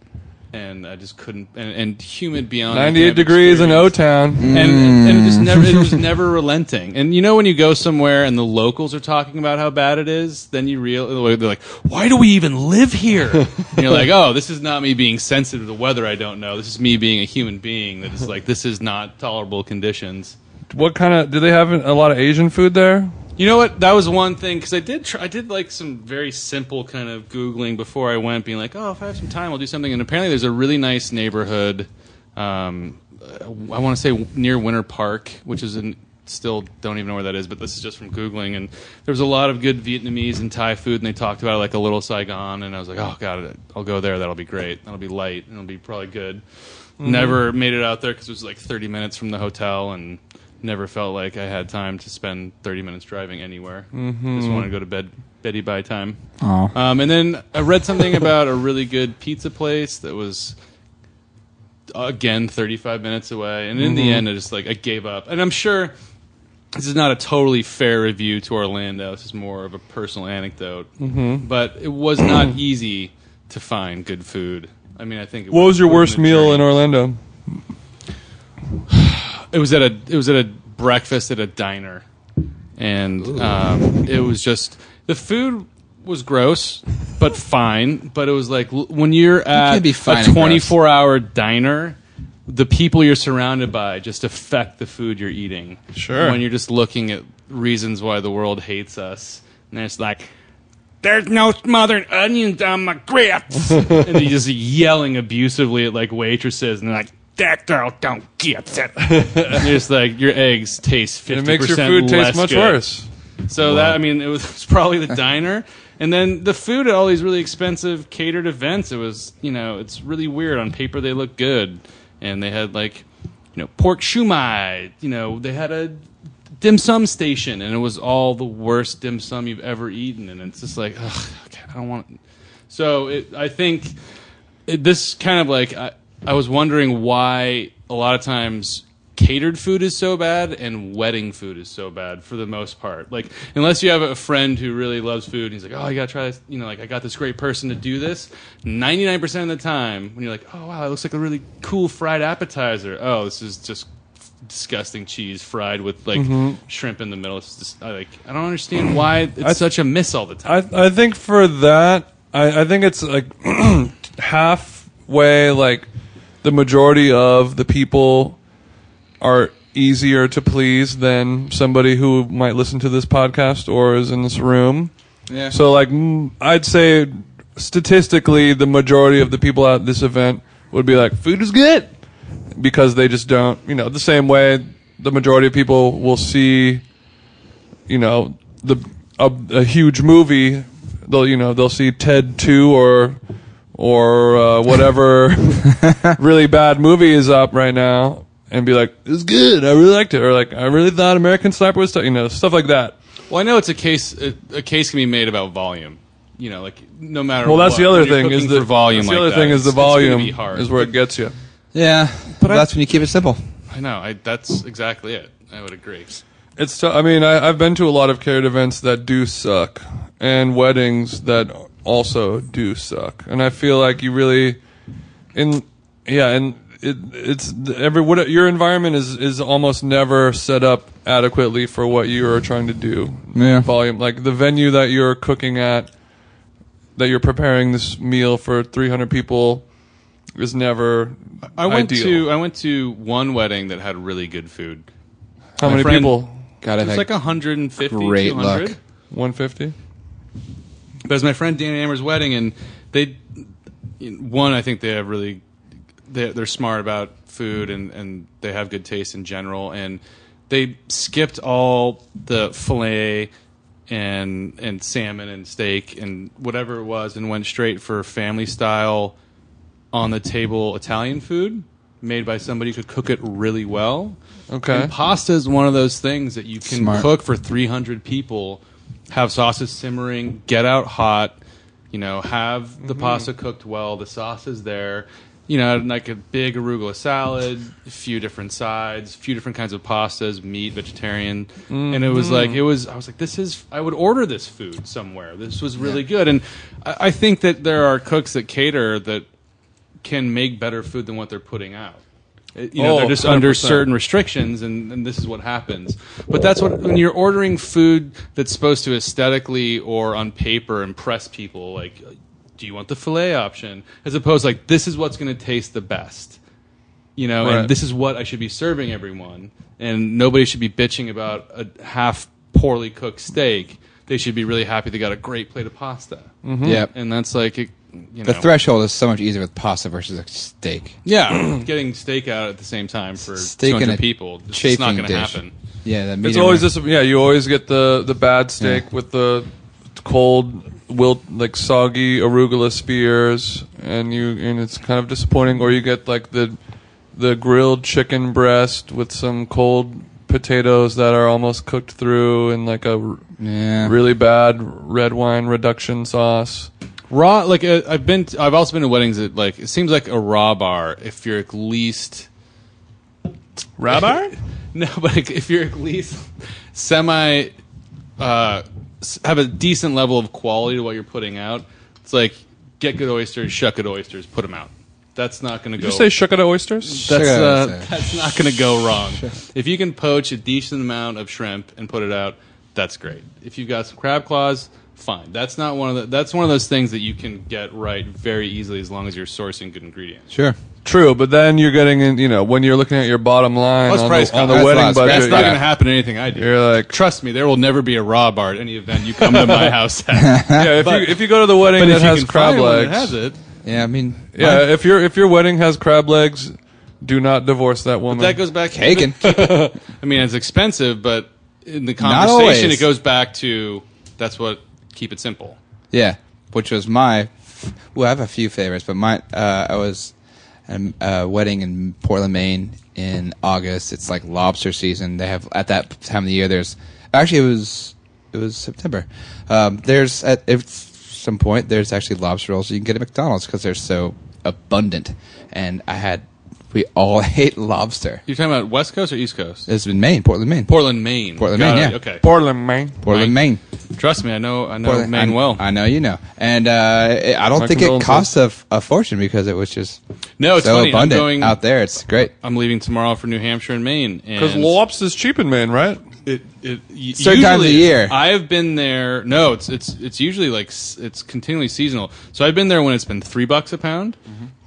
Speaker 4: and I just couldn't. And, and humid beyond.
Speaker 3: Ninety-eight
Speaker 4: anything I've
Speaker 3: degrees in
Speaker 4: experienced
Speaker 3: O
Speaker 4: Mm.
Speaker 3: Town.
Speaker 4: and and it just never it was never relenting. And you know when you go somewhere and the locals are talking about how bad it is, then you real they're like, "Why do we even live here?" And you're like, "Oh, this is not me being sensitive to weather I don't know. This is me being a human being that is like this is not tolerable conditions."
Speaker 3: What kind of? Do they have a lot of Asian food there?
Speaker 4: You know what? That was one thing because I did try, I did like some very simple kind of googling before I went, being like, "Oh, if I have some time, I'll do something." And apparently, there's a really nice neighborhood. Um, uh, I want to say near Winter Park, which is in still don't even know where that is, but this is just from googling. And there was a lot of good Vietnamese and Thai food, and they talked about it like a little Saigon. And I was like, "Oh God, I'll go there. That'll be great. That'll be light. and It'll be probably good."
Speaker 3: Mm-hmm.
Speaker 4: Never made it out there because it was like 30 minutes from the hotel and never felt like I had time to spend 30 minutes driving anywhere.
Speaker 3: Mm-hmm.
Speaker 4: Just wanted to go to bed, Betty by time.
Speaker 1: Oh.
Speaker 4: Um, and then I read something about a really good pizza place that was again 35 minutes away. And in
Speaker 3: Mm-hmm.
Speaker 4: the end, I just like I gave up. And I'm sure this is not a totally fair review to Orlando. This is more of a personal anecdote.
Speaker 3: Mm-hmm.
Speaker 4: But it was not easy to find good food. I mean, I think. It
Speaker 3: What was your worst
Speaker 4: the
Speaker 3: meal
Speaker 4: journey.
Speaker 3: in Orlando?
Speaker 4: it was at a it was at a breakfast at a diner, and um, it was just the food was gross, but fine. But it was like l- when you're at
Speaker 1: can't be fine
Speaker 4: a
Speaker 1: and gross.
Speaker 4: 24 hour diner, the people you're surrounded by just affect the food you're eating.
Speaker 3: Sure.
Speaker 4: when you're just looking at reasons why the world hates us, and it's like. There's no smothering onions on my grits, and they're just yelling abusively at like waitresses, and they're like, "That girl don't get it." There's like your eggs taste
Speaker 3: It
Speaker 4: fifty
Speaker 3: makes
Speaker 4: percent
Speaker 3: your food taste much worse.
Speaker 4: So that I mean, it was, it was probably the diner, and then the food at all these really expensive catered events. It was you know it's really weird. On paper they look good, and they had like you know pork shumai. You know they had a dim sum station, and it was all the worst dim sum you've ever eaten. And it's just like, ugh, okay, I don't want. So it, I think it- this kind of like I, I was wondering why a lot of times catered food is so bad and wedding food is so bad for the most part like unless you have a friend who really loves food and he's like oh you gotta try this you know like i got this great person to do this 99% of the time when you're like oh wow it looks like a really cool fried appetizer oh this is just disgusting cheese fried with like shrimp in the middle it's just I, like i don't understand why it's such a miss all the time
Speaker 3: I I think for that, I, I think it's like halfway. Like the majority of the people are easier to please than somebody who might listen to this podcast or is in this room.
Speaker 1: Yeah.
Speaker 3: So like, mm, I'd say statistically, the majority of the people at this event would be like, "Food is good," because they just don't. You know, the same way the majority of people will see you know the a, a huge movie they'll you know they'll see ted 2 or or uh, whatever really bad movie is up right now and be like it's good i really liked it or like i really thought american sniper was t-, you know stuff like that
Speaker 4: Well, I know it's a case. A, a case can be made about volume. You know, like no matter.
Speaker 3: well that's
Speaker 4: what,
Speaker 3: the other
Speaker 4: when you're
Speaker 3: thing is
Speaker 4: cooking
Speaker 3: the
Speaker 4: for volume.
Speaker 3: that's the
Speaker 4: like
Speaker 3: other
Speaker 4: that,
Speaker 3: thing is the
Speaker 4: it's- it's gonna
Speaker 3: volume
Speaker 4: be hard.
Speaker 3: is where it gets you
Speaker 1: Yeah, but that's when you keep it simple.
Speaker 4: I know. I, that's exactly it. I would agree.
Speaker 3: It's. T- I mean, I, I've been to a lot of catered events that do suck, and weddings that also do suck. And I feel like you really, in yeah, and it, it's every what your environment is is almost never set up adequately for what you are trying to do.
Speaker 1: Yeah.
Speaker 3: Volume, like the venue that you're cooking at, that you're preparing this meal for 300 people, is never.
Speaker 4: I went
Speaker 3: ideal.
Speaker 4: to I went to one wedding that had really good food.
Speaker 3: how
Speaker 4: my
Speaker 3: many
Speaker 4: friend-
Speaker 3: people?
Speaker 1: God,
Speaker 4: It
Speaker 1: I've
Speaker 4: was
Speaker 1: had
Speaker 4: like 150,
Speaker 1: great
Speaker 4: 200.
Speaker 1: luck.
Speaker 3: 150.
Speaker 4: But it was my friend Danny Ammer's wedding, and they one I think they have really they're, they're smart about food and and they have good taste in general, and they skipped all the fillet and and salmon and steak and whatever it was, and went straight for family style on the table Italian food made by somebody who could cook it really well.
Speaker 3: Okay.
Speaker 4: And pasta is one of those things that you can
Speaker 1: Smart.
Speaker 4: cook for 300 people, have sauces simmering, get out hot, you know, have the pasta cooked well, the sauce is there, you know, and like a big arugula salad, a few different sides, a few different kinds of pastas, meat, vegetarian. And it was like, it was, I was like, this is, I would order this food somewhere. This was really good. And I, I think that there are cooks that cater that can make better food than what they're putting out. It- You know,
Speaker 3: Oh,
Speaker 4: they're just under
Speaker 3: 100%.
Speaker 4: certain restrictions, and, and this is what happens. But that's what when you're ordering food that's supposed to aesthetically or on paper impress people. Like, uh, do you want the fillet option as opposed like this is what's going to taste the best? You know,
Speaker 3: Right.
Speaker 4: and this is what I should be serving everyone, and nobody should be bitching about a half poorly cooked steak. They should be really happy they got a great plate of pasta.
Speaker 3: Mm-hmm.
Speaker 1: Yep.
Speaker 4: And that's like, it, you know,
Speaker 1: The threshold is so much easier with pasta versus a steak.
Speaker 4: yeah, getting steak out at the same time for
Speaker 1: Steak and
Speaker 4: 200
Speaker 1: a
Speaker 4: people. It's just not
Speaker 1: chafing
Speaker 4: going to
Speaker 1: dish.
Speaker 4: happen.
Speaker 1: Yeah, that
Speaker 3: It's
Speaker 1: medium
Speaker 3: always
Speaker 1: rare.
Speaker 3: this. Yeah, you always get the the bad steak with the cold, wilt, like soggy arugula spears, and you and it's kind of disappointing. Or you get like the the grilled chicken breast with some cold potatoes that are almost cooked through and like a r-
Speaker 1: Yeah.
Speaker 3: really bad red wine reduction sauce.
Speaker 4: Raw, like uh, I've been, t- I've also been to weddings that like it seems like a raw bar. If you're at least
Speaker 3: Rabbi?
Speaker 4: no, but like, if you're at least semi, uh, s- have a decent level of quality to what you're putting out. It's like get good oysters, shuck good oysters, put them out. That's not going to go.
Speaker 3: Did you say shook oysters?
Speaker 4: That's
Speaker 1: Sure,
Speaker 4: uh,
Speaker 1: sure.
Speaker 4: that's not going to go wrong. If you can poach a decent amount of shrimp and put it out, that's great. If you've got some crab claws, fine. That's not one of the, that's one of those things that you can get right very easily as long as you're sourcing good ingredients.
Speaker 1: Sure.
Speaker 3: True, but then you're getting in. You know, when you're looking at your bottom line
Speaker 4: Plus
Speaker 3: on
Speaker 4: price
Speaker 3: the, on the
Speaker 1: cut. That's
Speaker 3: wedding
Speaker 1: lots.
Speaker 3: budget,
Speaker 4: That's not
Speaker 3: yeah.
Speaker 4: going to happen in anything I do.
Speaker 3: You're like-
Speaker 4: trust me, there will never be a raw bar at any event you come to my house at.
Speaker 3: Yeah, if
Speaker 4: But-
Speaker 3: you if you go to the wedding
Speaker 4: But
Speaker 3: that
Speaker 4: if you
Speaker 3: has
Speaker 4: can
Speaker 3: crab
Speaker 4: find one that
Speaker 3: legs,
Speaker 4: has it,
Speaker 1: Yeah, I mean,
Speaker 3: yeah, if your if your wedding has crab legs, do not divorce that woman.
Speaker 4: that goes back.
Speaker 1: bacon.
Speaker 4: I mean, it's expensive, but in the
Speaker 1: Not
Speaker 4: conversation,
Speaker 1: always.
Speaker 4: it goes back to that's what keep it simple.
Speaker 1: Yeah, which was my. Well, I have a few favorites, but my uh, I was at a wedding in Portland, Maine in August. It's like lobster season. They have at that time of the year. There's actually it was it was September. Um, there's at if some point there's actually lobster rolls you can get at McDonald's because they're so abundant. And I had we all ate lobster.
Speaker 4: You're talking about West Coast or East Coast? Uh,
Speaker 1: It's in Maine, Portland, Maine,
Speaker 4: Portland, Maine.
Speaker 1: Portland,
Speaker 4: Got
Speaker 1: Maine,
Speaker 4: it.
Speaker 1: yeah.
Speaker 4: Okay.
Speaker 3: Portland, man.
Speaker 1: Portland, Maine.
Speaker 4: Trust me, I know. I know
Speaker 1: Portland-
Speaker 4: Maine
Speaker 1: I-
Speaker 4: well.
Speaker 1: I know you know, and uh, I- I don't
Speaker 3: My
Speaker 1: think it
Speaker 3: condolences.
Speaker 1: cost a, f- a fortune because it was just
Speaker 4: No,
Speaker 3: Oh,
Speaker 4: it's
Speaker 1: so
Speaker 4: funny. I'm
Speaker 1: abundant
Speaker 4: going-
Speaker 1: out there. It's great.
Speaker 4: I'm leaving tomorrow for New Hampshire and Maine.
Speaker 3: Because
Speaker 4: and
Speaker 3: lobster's cheap in Maine, right?
Speaker 4: it, it, y-
Speaker 1: Certain times of
Speaker 4: usually-
Speaker 1: year.
Speaker 4: I have been there. No, it's it's it's usually like s- it's continually seasonal. So I've been there when it's been three bucks a pound,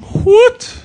Speaker 3: What?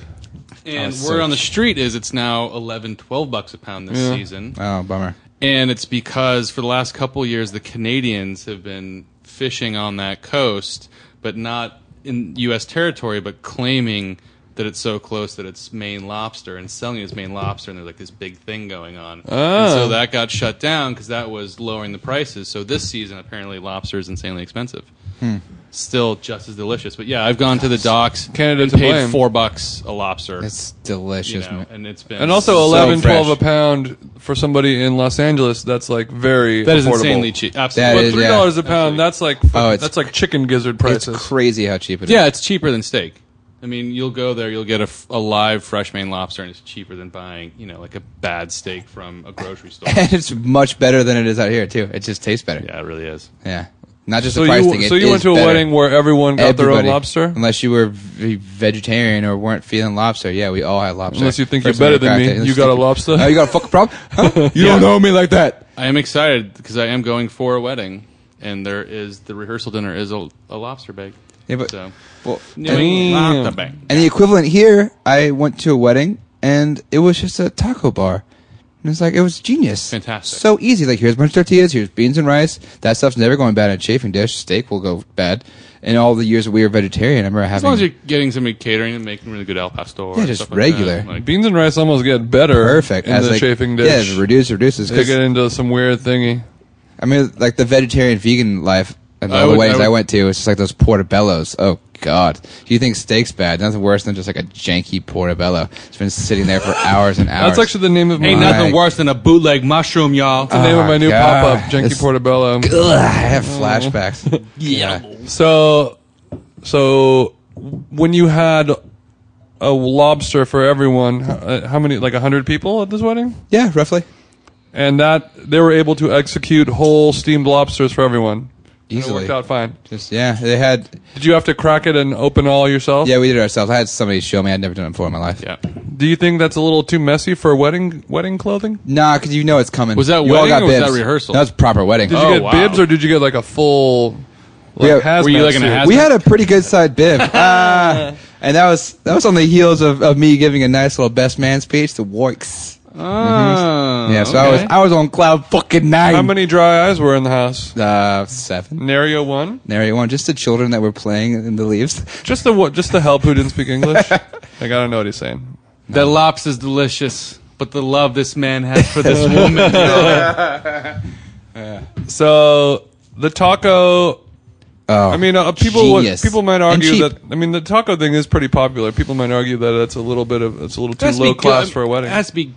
Speaker 4: and
Speaker 1: Oh,
Speaker 4: word
Speaker 1: so
Speaker 4: on the street is it's now 11, 12 bucks a pound this
Speaker 3: Yeah.
Speaker 4: season.
Speaker 1: Oh, bummer.
Speaker 4: and it's because for the last couple years the Canadians have been fishing on that coast, but not in U.S. territory, but claiming that it's so close that it's Maine lobster and selling it as Maine lobster, and there's like this big thing going on. And
Speaker 3: Ah.
Speaker 4: so that got shut down because that was lowering the prices. So this season, apparently, lobster is insanely expensive.
Speaker 3: Hmm.
Speaker 4: Still just as delicious, but yeah, I've gone to the docks
Speaker 3: Canada
Speaker 4: and
Speaker 3: to
Speaker 4: paid
Speaker 3: blame.
Speaker 4: four bucks a lobster,
Speaker 1: It's
Speaker 4: you
Speaker 1: delicious.
Speaker 4: know,
Speaker 1: man.
Speaker 4: and it's been
Speaker 3: And also
Speaker 1: So
Speaker 3: eleven,
Speaker 1: fresh.
Speaker 3: twelve 11, 12 a pound for somebody in Los Angeles. That's like very
Speaker 4: that is
Speaker 3: affordable.
Speaker 4: insanely cheap. Absolutely,
Speaker 1: That
Speaker 3: But
Speaker 1: is,
Speaker 3: three
Speaker 1: yeah.
Speaker 3: dollars a pound. That's like
Speaker 1: Oh, it's-
Speaker 3: that's like chicken gizzard
Speaker 1: It's
Speaker 3: prices.
Speaker 1: crazy how cheap it is.
Speaker 4: Yeah, it's cheaper than steak. I mean, you'll go there, you'll get a, f- a live fresh Maine lobster, and it's cheaper than buying, you know, like a bad steak from a grocery store.
Speaker 1: and it's much better than it is out here too. It just tastes better. Yeah,
Speaker 4: yeah, it really is.
Speaker 1: not just
Speaker 3: so
Speaker 1: the price
Speaker 3: you
Speaker 1: thing. it
Speaker 3: so you
Speaker 1: is
Speaker 3: went to a
Speaker 1: better.
Speaker 3: wedding where everyone got their own
Speaker 1: Everybody.
Speaker 3: lobster.
Speaker 1: unless you were v- vegetarian or weren't feeling lobster. Yeah, we all had lobster.
Speaker 3: Unless you think you're
Speaker 1: First time
Speaker 3: better than
Speaker 1: cracked
Speaker 3: me,
Speaker 1: it, unless
Speaker 3: you got a
Speaker 1: think-
Speaker 3: lobster?
Speaker 1: Oh, you got a fucking problem? Huh? You don't know me like that.
Speaker 4: I am excited because I am going for a wedding, and there is the rehearsal dinner is a, a lobster bake.
Speaker 1: Yeah, but
Speaker 4: so,
Speaker 1: well,
Speaker 4: New
Speaker 3: Damn.
Speaker 4: England lobster bake.
Speaker 1: And the equivalent here, I went to a wedding and it was just a taco bar. And it's like it was genius.
Speaker 4: Fantastic.
Speaker 1: So easy. Like here's a bunch of tortillas, here's beans and rice. That stuff's never going bad in a chafing dish. Steak will go bad. And all the years that we were vegetarian, I remember having
Speaker 4: As long as you're getting somebody catering and making really good al pastor,
Speaker 1: Yeah,
Speaker 4: and
Speaker 1: just
Speaker 4: stuff like
Speaker 1: regular.
Speaker 4: that, like-
Speaker 3: Beans and rice almost get better.
Speaker 1: perfect
Speaker 3: in
Speaker 1: as
Speaker 3: the
Speaker 1: like,
Speaker 3: chafing
Speaker 1: Yeah,
Speaker 3: dish.
Speaker 1: it reduces reduces. 'cause,
Speaker 3: they get into some weird thingy.
Speaker 1: I mean, like the vegetarian vegan life and
Speaker 4: I
Speaker 1: all the
Speaker 4: would-
Speaker 1: ways
Speaker 4: I
Speaker 1: I,
Speaker 4: would-
Speaker 1: went to, it's just like those portobellos. Oh God, you think steak's bad? Nothing worse than just like a janky portobello. It's been sitting there for hours and hours.
Speaker 3: That's actually the name of my
Speaker 4: Ain't
Speaker 1: All
Speaker 4: nothing
Speaker 1: right.
Speaker 4: worse than a bootleg mushroom, y'all.
Speaker 3: the name
Speaker 1: Oh
Speaker 3: of my
Speaker 1: my
Speaker 3: new
Speaker 1: God.
Speaker 3: pop up, Janky
Speaker 1: It's-
Speaker 3: Portobello.
Speaker 1: Ugh, I have flashbacks. yeah.
Speaker 3: So, so when you had a lobster for everyone, h- uh, how many? Like hundred people at this wedding,
Speaker 1: Yeah, roughly.
Speaker 3: and that they were able to execute whole steamed lobsters for everyone. and it
Speaker 1: Easily.
Speaker 3: worked out fine.
Speaker 1: Just yeah, they had
Speaker 3: Did you have to crack it and open all yourself?
Speaker 1: yeah, we did it ourselves. I had somebody show me. I'd never done it before in my life.
Speaker 4: Yeah.
Speaker 3: Do you think that's a little too messy for wedding wedding clothing?
Speaker 1: Nah, because you know it's coming.
Speaker 4: Was that
Speaker 1: you all
Speaker 4: wedding
Speaker 1: got
Speaker 4: or was
Speaker 1: bibs.
Speaker 4: that rehearsal?
Speaker 1: That was proper wedding.
Speaker 3: Did
Speaker 4: Oh,
Speaker 3: you get
Speaker 4: wow.
Speaker 3: bibs or did you get like a full like,
Speaker 1: Yeah.
Speaker 3: hazmat
Speaker 4: Were you, like, in a
Speaker 3: suit?
Speaker 4: hazmat-
Speaker 1: we had a pretty good side bib, Ah, and that was that was on the heels of, of me giving a nice little best man speech to Warks. Mm-hmm.
Speaker 4: Oh,
Speaker 1: Yeah, so I was I was on cloud fucking nine.
Speaker 3: How many dry eyes were in the house?
Speaker 1: Uh, seven.
Speaker 3: Nary a one.
Speaker 1: There you want just the children that were playing in the leaves.
Speaker 3: Just the wo- just the help who didn't speak English. like I don't know what he's saying.
Speaker 4: The lops is delicious, but the love this man has for this woman.
Speaker 3: So the taco.
Speaker 1: Oh,
Speaker 3: I mean, uh, people would-
Speaker 1: Genius.
Speaker 3: people might
Speaker 1: And
Speaker 3: argue
Speaker 1: cheap.
Speaker 3: that I mean the taco thing is pretty popular. People might argue that it's a little bit of it's a little too
Speaker 4: It has to
Speaker 3: low
Speaker 4: be
Speaker 3: class
Speaker 4: good- um,
Speaker 3: for a wedding.
Speaker 4: It has to be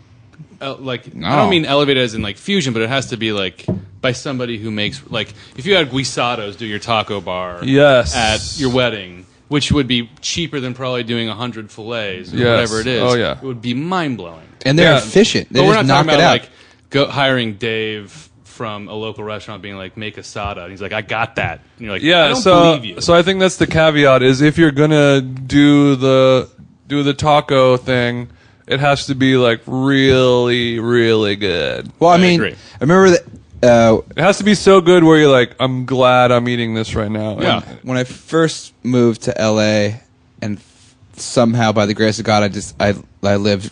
Speaker 4: uh, like I
Speaker 1: No.
Speaker 4: don't mean elevated as in like fusion, but it has to be like by somebody who makes like if you had guisados do your taco bar
Speaker 3: Yes.
Speaker 4: at your wedding, which would be cheaper than probably doing hundred fillets or
Speaker 3: Yes.
Speaker 4: whatever it is.
Speaker 3: Oh, yeah.
Speaker 4: it would be mind blowing.
Speaker 1: and they're
Speaker 3: yeah.
Speaker 1: efficient. They
Speaker 4: But we're
Speaker 1: just
Speaker 4: not
Speaker 1: knock
Speaker 4: talking
Speaker 1: it
Speaker 4: about
Speaker 1: out.
Speaker 4: like go, hiring Dave from a local restaurant being like make asada, and he's like I got that, and you're like
Speaker 3: Yeah,
Speaker 4: I don't
Speaker 3: so
Speaker 4: believe you.
Speaker 3: so I think that's the caveat is if you're gonna do the do the taco thing, it has to be like really really good.
Speaker 1: well, I,
Speaker 4: I
Speaker 1: mean,
Speaker 4: agree.
Speaker 1: I remember that uh,
Speaker 3: It has to be so good where you're like, I'm glad I'm eating this right now. And-
Speaker 4: Yeah.
Speaker 1: when I first moved to LA, and f- somehow by the grace of God, I just I I lived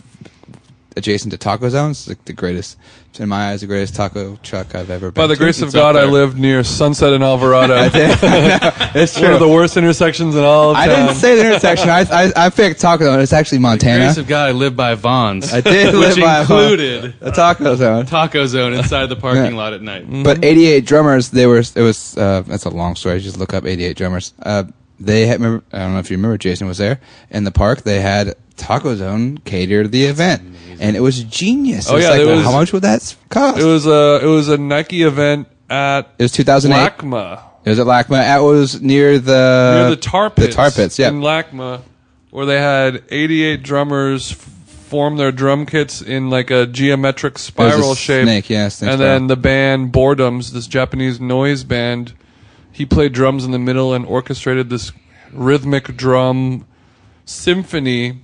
Speaker 1: adjacent to Taco Zones, like the greatest in my eyes, the greatest taco truck I've ever been.
Speaker 3: by the
Speaker 1: to.
Speaker 3: grace of
Speaker 4: It's up
Speaker 3: God, I
Speaker 4: there.
Speaker 3: lived near Sunset and Alvarado.
Speaker 1: it's
Speaker 3: One of
Speaker 1: true.
Speaker 3: the worst intersections in all of
Speaker 1: I
Speaker 3: town.
Speaker 1: didn't say the intersection. I I, I picked Taco Zone. It's actually Montana.
Speaker 4: Grace of God, I live by Vons.
Speaker 1: I did live
Speaker 4: which
Speaker 1: by a-
Speaker 4: included
Speaker 1: a taco zone.
Speaker 4: taco zone inside the parking
Speaker 1: Yeah.
Speaker 4: lot at night.
Speaker 3: Mm. Mm-hmm.
Speaker 1: But 88 drummers, they were, it was, uh, that's a long story. Just look up 88 drummers. Uh, they had, remember, I don't know if you remember, Jason was there in the park. They had Taco Zone cater the event. And it was genius.
Speaker 3: Oh,
Speaker 1: It was
Speaker 3: yeah,
Speaker 1: like,
Speaker 3: it
Speaker 1: well,
Speaker 3: was-
Speaker 1: how much would that cost?
Speaker 3: it was a it was a Nike event at
Speaker 1: It was 2008.
Speaker 3: LACMA
Speaker 1: It was at LACMA. It was near the,
Speaker 3: near the tar pits.
Speaker 1: Uh, The tar pits, yeah.
Speaker 3: in LACMA, where they had 88 drummers f- form their drum kits in like a geometric
Speaker 1: It was a
Speaker 3: spiral shape.
Speaker 1: Snake, yeah, snake
Speaker 3: and
Speaker 1: spiral.
Speaker 3: then the band Boredoms, this Japanese noise band, he played drums in the middle and orchestrated this rhythmic drum symphony.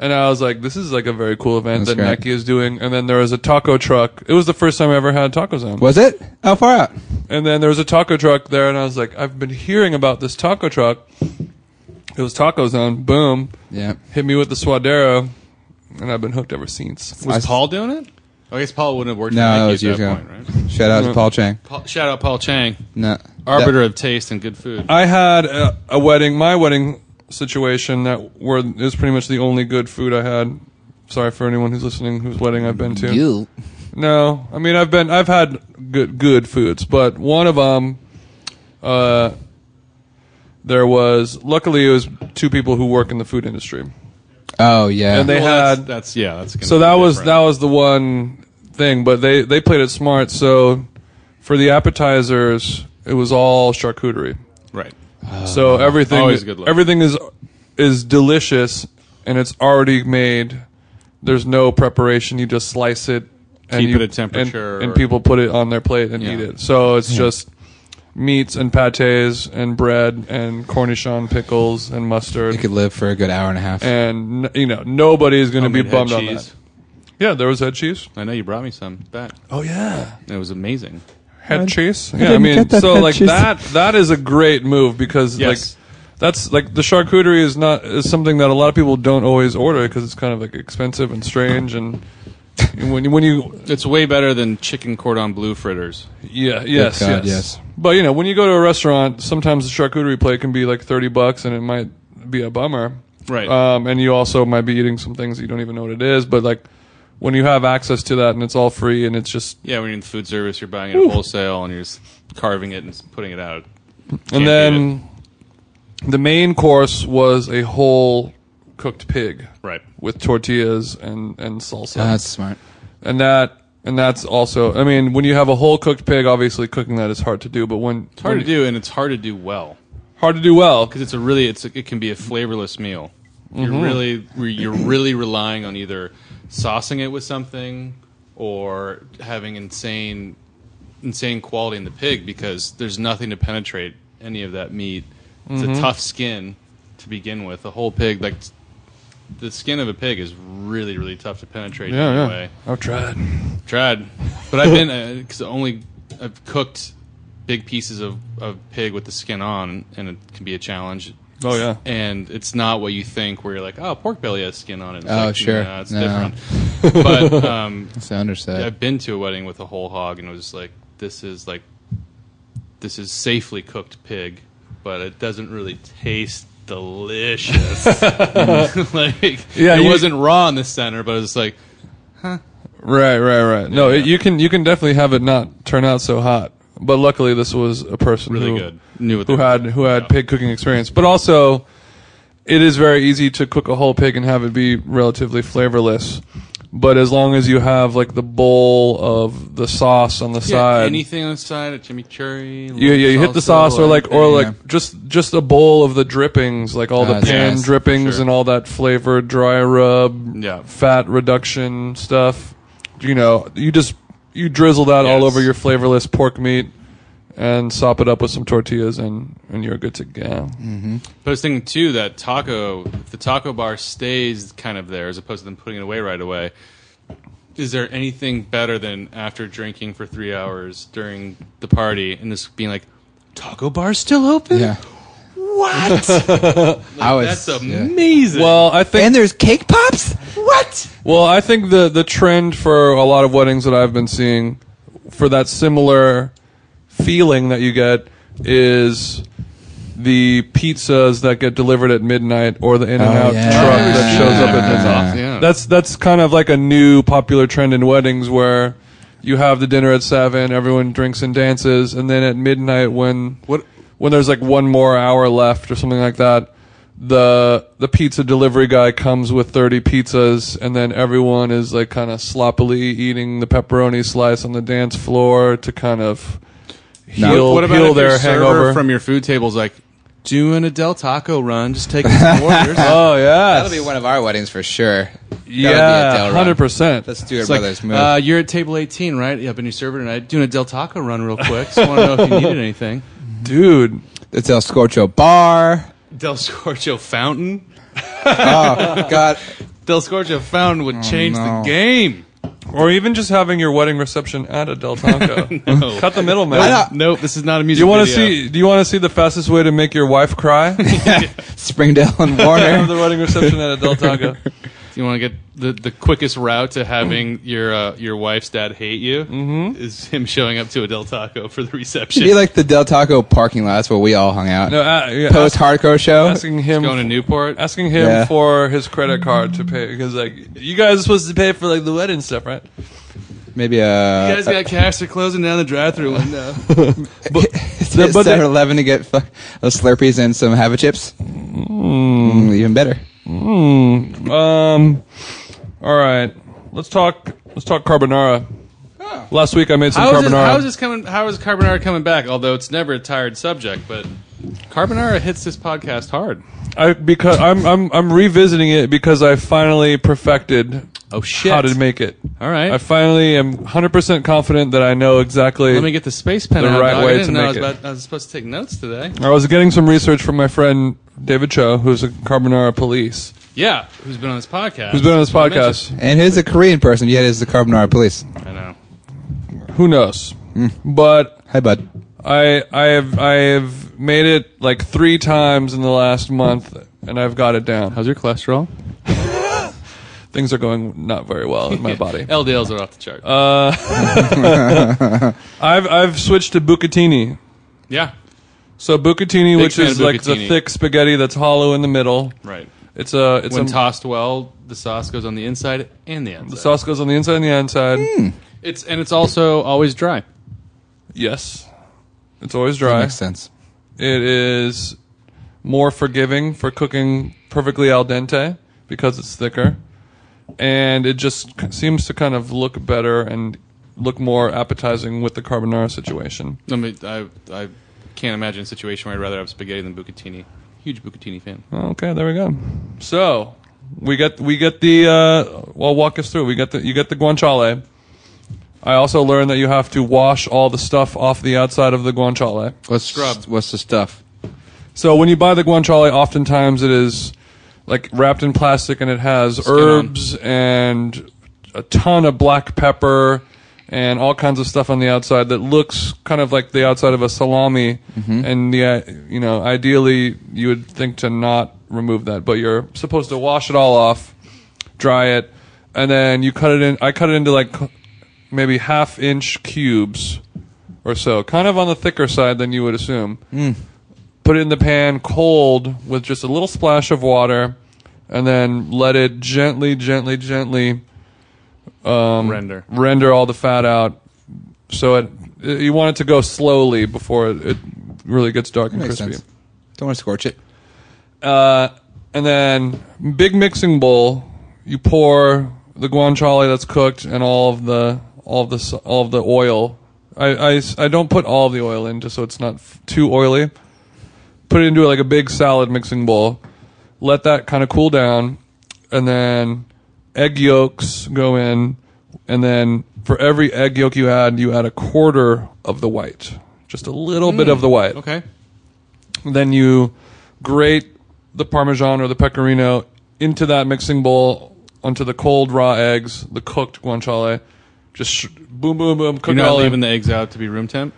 Speaker 3: And I was like, this is like a very cool event
Speaker 1: That's
Speaker 3: that
Speaker 1: great.
Speaker 3: Nike is doing. And then there was a taco truck. It was the first time I ever had tacos on.
Speaker 1: was it? How far out?
Speaker 3: And then there was a taco truck there, and I was like, I've been hearing about this taco truck. It was Taco Zone. Boom.
Speaker 1: Yeah.
Speaker 3: Hit me with the Suadero, and I've been hooked ever since.
Speaker 4: Was
Speaker 1: I-
Speaker 4: Paul doing it? I guess Paul wouldn't have worked
Speaker 1: No,
Speaker 4: no,
Speaker 1: that
Speaker 4: Nike
Speaker 1: was
Speaker 4: at
Speaker 1: years
Speaker 4: that
Speaker 1: ago.
Speaker 4: point, right?
Speaker 1: Shout
Speaker 3: Mm-hmm.
Speaker 1: out to Paul Chang.
Speaker 4: Paul, shout out Paul Chang,
Speaker 1: No.
Speaker 4: arbiter of taste and good food.
Speaker 3: I had a, a wedding, my wedding situation that were it was pretty much the only good food I had. Sorry for anyone who's listening whose wedding I've been to.
Speaker 1: That- you.
Speaker 3: No, I mean I've been I've had good good foods, but one of them, uh, there was luckily it was two people who work in the food industry.
Speaker 1: Oh, yeah.
Speaker 3: And they-
Speaker 4: that's-
Speaker 3: had-
Speaker 4: that's, yeah, that's gonna
Speaker 3: So
Speaker 4: be
Speaker 3: that was
Speaker 4: different.
Speaker 3: that was the one thing, but they they played it smart. So for the appetizers, it was all charcuterie.
Speaker 4: right.
Speaker 3: so everything
Speaker 4: Oh. Always good luck.
Speaker 3: everything is is delicious and it's already made. There's no preparation. You just slice it and
Speaker 4: Keep
Speaker 3: you-
Speaker 4: it at temperature
Speaker 3: and, and
Speaker 4: or-
Speaker 3: people put it on their plate and
Speaker 4: Yeah.
Speaker 3: eat it. So it's just meats and pates and bread and cornichon pickles and mustard.
Speaker 1: you could live for a good hour and a half.
Speaker 3: and n- you know nobody's going to be
Speaker 4: Homemade head
Speaker 3: bummed on that.
Speaker 4: cheese.
Speaker 3: Yeah, there was head cheese.
Speaker 4: I know you brought me some back.
Speaker 3: Oh yeah,
Speaker 4: It was amazing.
Speaker 3: head cheese. Yeah, I, mean,
Speaker 1: get that
Speaker 3: so
Speaker 1: head
Speaker 3: like
Speaker 1: cheese.
Speaker 3: that that is a great move because
Speaker 4: Yes.
Speaker 3: like that's like the charcuterie is not is something that a lot of people don't always order because it's kind of like expensive and strange and when you- when you
Speaker 4: It's way better than chicken cordon bleu fritters.
Speaker 3: yeah yes
Speaker 1: God,
Speaker 3: yes
Speaker 1: yes.
Speaker 3: but you know when you go to a restaurant sometimes the charcuterie plate can be like thirty bucks and it might be a bummer
Speaker 4: Right.
Speaker 3: um, and you also might be eating some things that you don't even know what it is but like when you have access to that and it's all free and it's just
Speaker 4: yeah, when you're in food service, you're buying it at wholesale and you're just carving it and putting it out. Can't
Speaker 3: And
Speaker 4: beat
Speaker 3: then the main course was a whole cooked pig
Speaker 4: right.
Speaker 3: with tortillas and, and salsa.
Speaker 1: That's smart.
Speaker 3: and that and that's also I mean, when you have a whole cooked pig, obviously cooking that is hard to do, but when
Speaker 4: It's hard to do, and it's hard to do well.
Speaker 3: hard to do well.
Speaker 4: because it's a really it's a, it can be a flavorless meal.
Speaker 3: Mm-hmm.
Speaker 4: You're really you're really relying on either saucing it with something or having insane insane quality in the pig because there's nothing to penetrate any of that meat. It's
Speaker 3: Mm-hmm.
Speaker 4: a tough skin to begin with. The whole pig, like the skin of a pig, is really really tough to penetrate
Speaker 3: Yeah, yeah.
Speaker 4: anyway.
Speaker 3: I've tried.
Speaker 4: Tried, but I've been because only I've cooked big pieces of, of pig with the skin on, and it can be a challenge.
Speaker 3: Oh, yeah.
Speaker 4: and it's not what you think. Where you're like, oh, pork belly has skin on it. It's
Speaker 1: Oh,
Speaker 4: like,
Speaker 1: sure.
Speaker 4: nah, it's
Speaker 1: No.
Speaker 4: different. but um,
Speaker 1: It's the underside.
Speaker 4: I've been to a wedding with a whole hog, and it was like, this is like, this is safely cooked pig, but it doesn't really taste delicious. like,
Speaker 3: Yeah,
Speaker 4: it
Speaker 3: you-
Speaker 4: wasn't raw in the center, but it was like,
Speaker 3: Right, right, right. No, it, you can you can definitely have it not turn out so hot. But luckily, this was a person
Speaker 4: really
Speaker 3: who,
Speaker 4: good. Knew what
Speaker 3: who
Speaker 4: they-
Speaker 3: had who had pig cooking experience. But also, it is very easy to cook a whole pig and have it be relatively flavorless. But as long as you have like the bowl of the sauce on the
Speaker 4: Yeah,
Speaker 3: side,
Speaker 4: anything on the side, a chimichurri.
Speaker 3: you, yeah, you hit the
Speaker 4: salsa,
Speaker 3: sauce or like or
Speaker 1: yeah.
Speaker 3: like just just a bowl of the drippings, like all
Speaker 1: Ah,
Speaker 3: the pan
Speaker 1: yes,
Speaker 3: drippings
Speaker 4: sure.
Speaker 3: and all that flavored dry rub,
Speaker 4: Yeah.
Speaker 3: fat reduction stuff. You know, you just you drizzle that all
Speaker 4: Yes.
Speaker 3: over your flavorless pork meat and sop it up with some tortillas and and you're good to go.
Speaker 4: But I was thinking too that taco, if the taco bar stays kind of there as opposed to them putting it away right away. Is there anything better than after drinking for three hours during the party and just being like, taco bar's still open?
Speaker 1: yeah.
Speaker 4: What?
Speaker 1: I was.
Speaker 4: That's
Speaker 1: yeah.
Speaker 4: amazing.
Speaker 3: Well, I think
Speaker 1: And there's cake pops. What?
Speaker 3: Well, I think the the trend for a lot of weddings that I've been seeing for that similar feeling that you get is the pizzas that get delivered at midnight or the in and out
Speaker 1: Oh, yeah.
Speaker 3: truck that shows up at
Speaker 1: That's
Speaker 3: midnight.
Speaker 1: awesome.
Speaker 4: Yeah.
Speaker 3: That's that's kind of like a new popular trend in weddings where you have the dinner at seven, everyone drinks and dances, and then at midnight when
Speaker 4: What-
Speaker 3: when there's like one more hour left or something like that, the the pizza delivery guy comes with thirty pizzas, and then everyone is like kind of sloppily eating the pepperoni slice on the dance floor to kind of heal
Speaker 4: what about
Speaker 3: heal
Speaker 4: if
Speaker 3: their
Speaker 4: your server
Speaker 3: hangover.
Speaker 4: from your food table's like, doing a Del Taco run, just taking some orders.
Speaker 3: oh yeah,
Speaker 1: That'll be one of our weddings for sure.
Speaker 3: yeah, hundred percent.
Speaker 1: Let's do our
Speaker 4: It's like,
Speaker 1: brother's move.
Speaker 4: uh, you're at table 18, right? Yeah, I've been your server tonight. Doing a Del Taco run real quick. Just want to know if you needed anything.
Speaker 3: dude.
Speaker 1: it's El Scorcho Bar.
Speaker 4: Del Scorcho Fountain?
Speaker 1: Oh God.
Speaker 4: Del Scorcho Fountain
Speaker 3: Oh,
Speaker 4: would change
Speaker 1: no.
Speaker 4: the game.
Speaker 3: Or even just having your wedding reception at a Del Taco. Cut the middleman.
Speaker 1: I don't-
Speaker 4: Oh. Nope, this is not a music
Speaker 3: Do you want to
Speaker 4: video.
Speaker 3: see? Do you want to see the fastest way to make your wife cry?
Speaker 1: Springdale and
Speaker 3: Have the
Speaker 1: Warner.
Speaker 3: wedding reception at a Del Taco.
Speaker 4: Do you want to get the, the quickest route to
Speaker 3: Mm.
Speaker 4: having your uh, your wife's dad hate you? Mm-hmm. Is him showing up to a Del Taco for the reception.
Speaker 1: Be like the Del Taco parking lot. That's where we all hung out.
Speaker 3: No, uh, yeah,
Speaker 1: Post
Speaker 3: ask,
Speaker 1: hardcore show.
Speaker 3: asking him.
Speaker 4: going to Newport.
Speaker 3: Asking him
Speaker 1: Yeah.
Speaker 3: for his credit card to pay because like you guys are supposed to pay for like the wedding stuff, right?
Speaker 1: Maybe uh,
Speaker 4: You
Speaker 1: a.
Speaker 4: guys got cash? They're closing down the drive-through window.
Speaker 1: It's
Speaker 3: but they-
Speaker 1: 7-Eleven to get fu- uh, Slurpees and some Hava chips. Mm, even better.
Speaker 3: Um, all right, let's talk. Let's talk carbonara. Last week I made some
Speaker 4: How
Speaker 3: carbonara.
Speaker 4: is, this, how is this coming? How is carbonara coming back? Although it's never a tired subject, but carbonara hits this podcast hard.
Speaker 3: I because I'm I'm I'm revisiting it because I finally perfected
Speaker 4: Oh shit!
Speaker 3: how to make it.
Speaker 4: All right.
Speaker 3: I finally am 100% confident that I know exactly.
Speaker 4: Let me get the space pen
Speaker 3: The
Speaker 4: out.
Speaker 3: right
Speaker 4: dog.
Speaker 3: way
Speaker 4: I didn't
Speaker 3: to
Speaker 4: know I,
Speaker 3: make
Speaker 4: was
Speaker 3: it.
Speaker 4: about, I was supposed to take notes today.
Speaker 3: I was getting some research from my friend David Cho, who's a carbonara police,
Speaker 4: Yeah, who's been on this podcast?
Speaker 3: who's been on this
Speaker 4: I mentioned-
Speaker 3: podcast.
Speaker 1: And here's a Korean person. Yet is the Carbonara police.
Speaker 4: I know.
Speaker 3: Who knows? But
Speaker 1: Hi, bud.
Speaker 3: I I have I have made it like three times in the last month, and I've got it down.
Speaker 4: How's your cholesterol?
Speaker 3: Things are going not very well in my body. Uh,
Speaker 4: LDLs are off the chart.
Speaker 3: I've I've switched to bucatini.
Speaker 4: yeah,
Speaker 3: So bucatini, which
Speaker 4: fan
Speaker 3: is
Speaker 4: of
Speaker 3: like the
Speaker 4: bucatini.
Speaker 3: thick spaghetti that's hollow in the middle.
Speaker 4: right.
Speaker 3: It's a it's
Speaker 4: When
Speaker 3: a
Speaker 4: tossed well, the sauce goes on the inside and the outside.
Speaker 3: the sauce goes on the inside and the outside.
Speaker 4: Hmm. It's and it's also always dry.
Speaker 3: Yes, it's always dry.
Speaker 1: Makes sense.
Speaker 3: It is more forgiving for cooking perfectly al dente because it's thicker, and it just c- seems to kind of look better and look more appetizing with the carbonara situation.
Speaker 4: I mean, I I can't imagine a situation where I'd rather have spaghetti than bucatini. Huge bucatini fan.
Speaker 3: Okay, there we go. So we get we get the uh, well, walk us through. We get the you get the guanciale, I also learned that you have to wash all the stuff off the outside of the guanciale.
Speaker 1: What's
Speaker 4: Scrub.
Speaker 1: What's the stuff?
Speaker 3: So when you buy the guanciale, oftentimes it is like wrapped in plastic and it has
Speaker 4: on.
Speaker 3: herbs and a ton of black pepper and all kinds of stuff on the outside that looks kind of like the outside of a salami. And the uh, you know ideally you would think to not remove that, but you're supposed to wash it all off, dry it, and then you cut it in. I cut it into like maybe half inch cubes or so, kind of on the thicker side than you would assume put it in the pan cold with just a little splash of water and then let it gently gently gently Um,
Speaker 4: render.
Speaker 3: render all the fat out so it you want it to go slowly before it, it really gets dark and
Speaker 1: Makes
Speaker 3: crispy
Speaker 1: sense. Don't want to scorch it.
Speaker 3: uh, and then big mixing bowl you pour the guanciale that's cooked and all of the all of the s- all of the oil I, I s- I don't put all of the oil in just so it's not f- too oily put it into like a big salad mixing bowl let that kind of cool down and then egg yolks go in and then for every egg yolk you add you add a quarter of the white just a little bit of the white
Speaker 4: Okay.
Speaker 3: then you grate the parmesan or the pecorino into that mixing bowl onto the cold raw eggs, the cooked guanciale. Just sh- boom, boom, boom. Cook
Speaker 4: You're
Speaker 3: it
Speaker 4: not
Speaker 3: all in.
Speaker 4: leaving the eggs out to be room temp.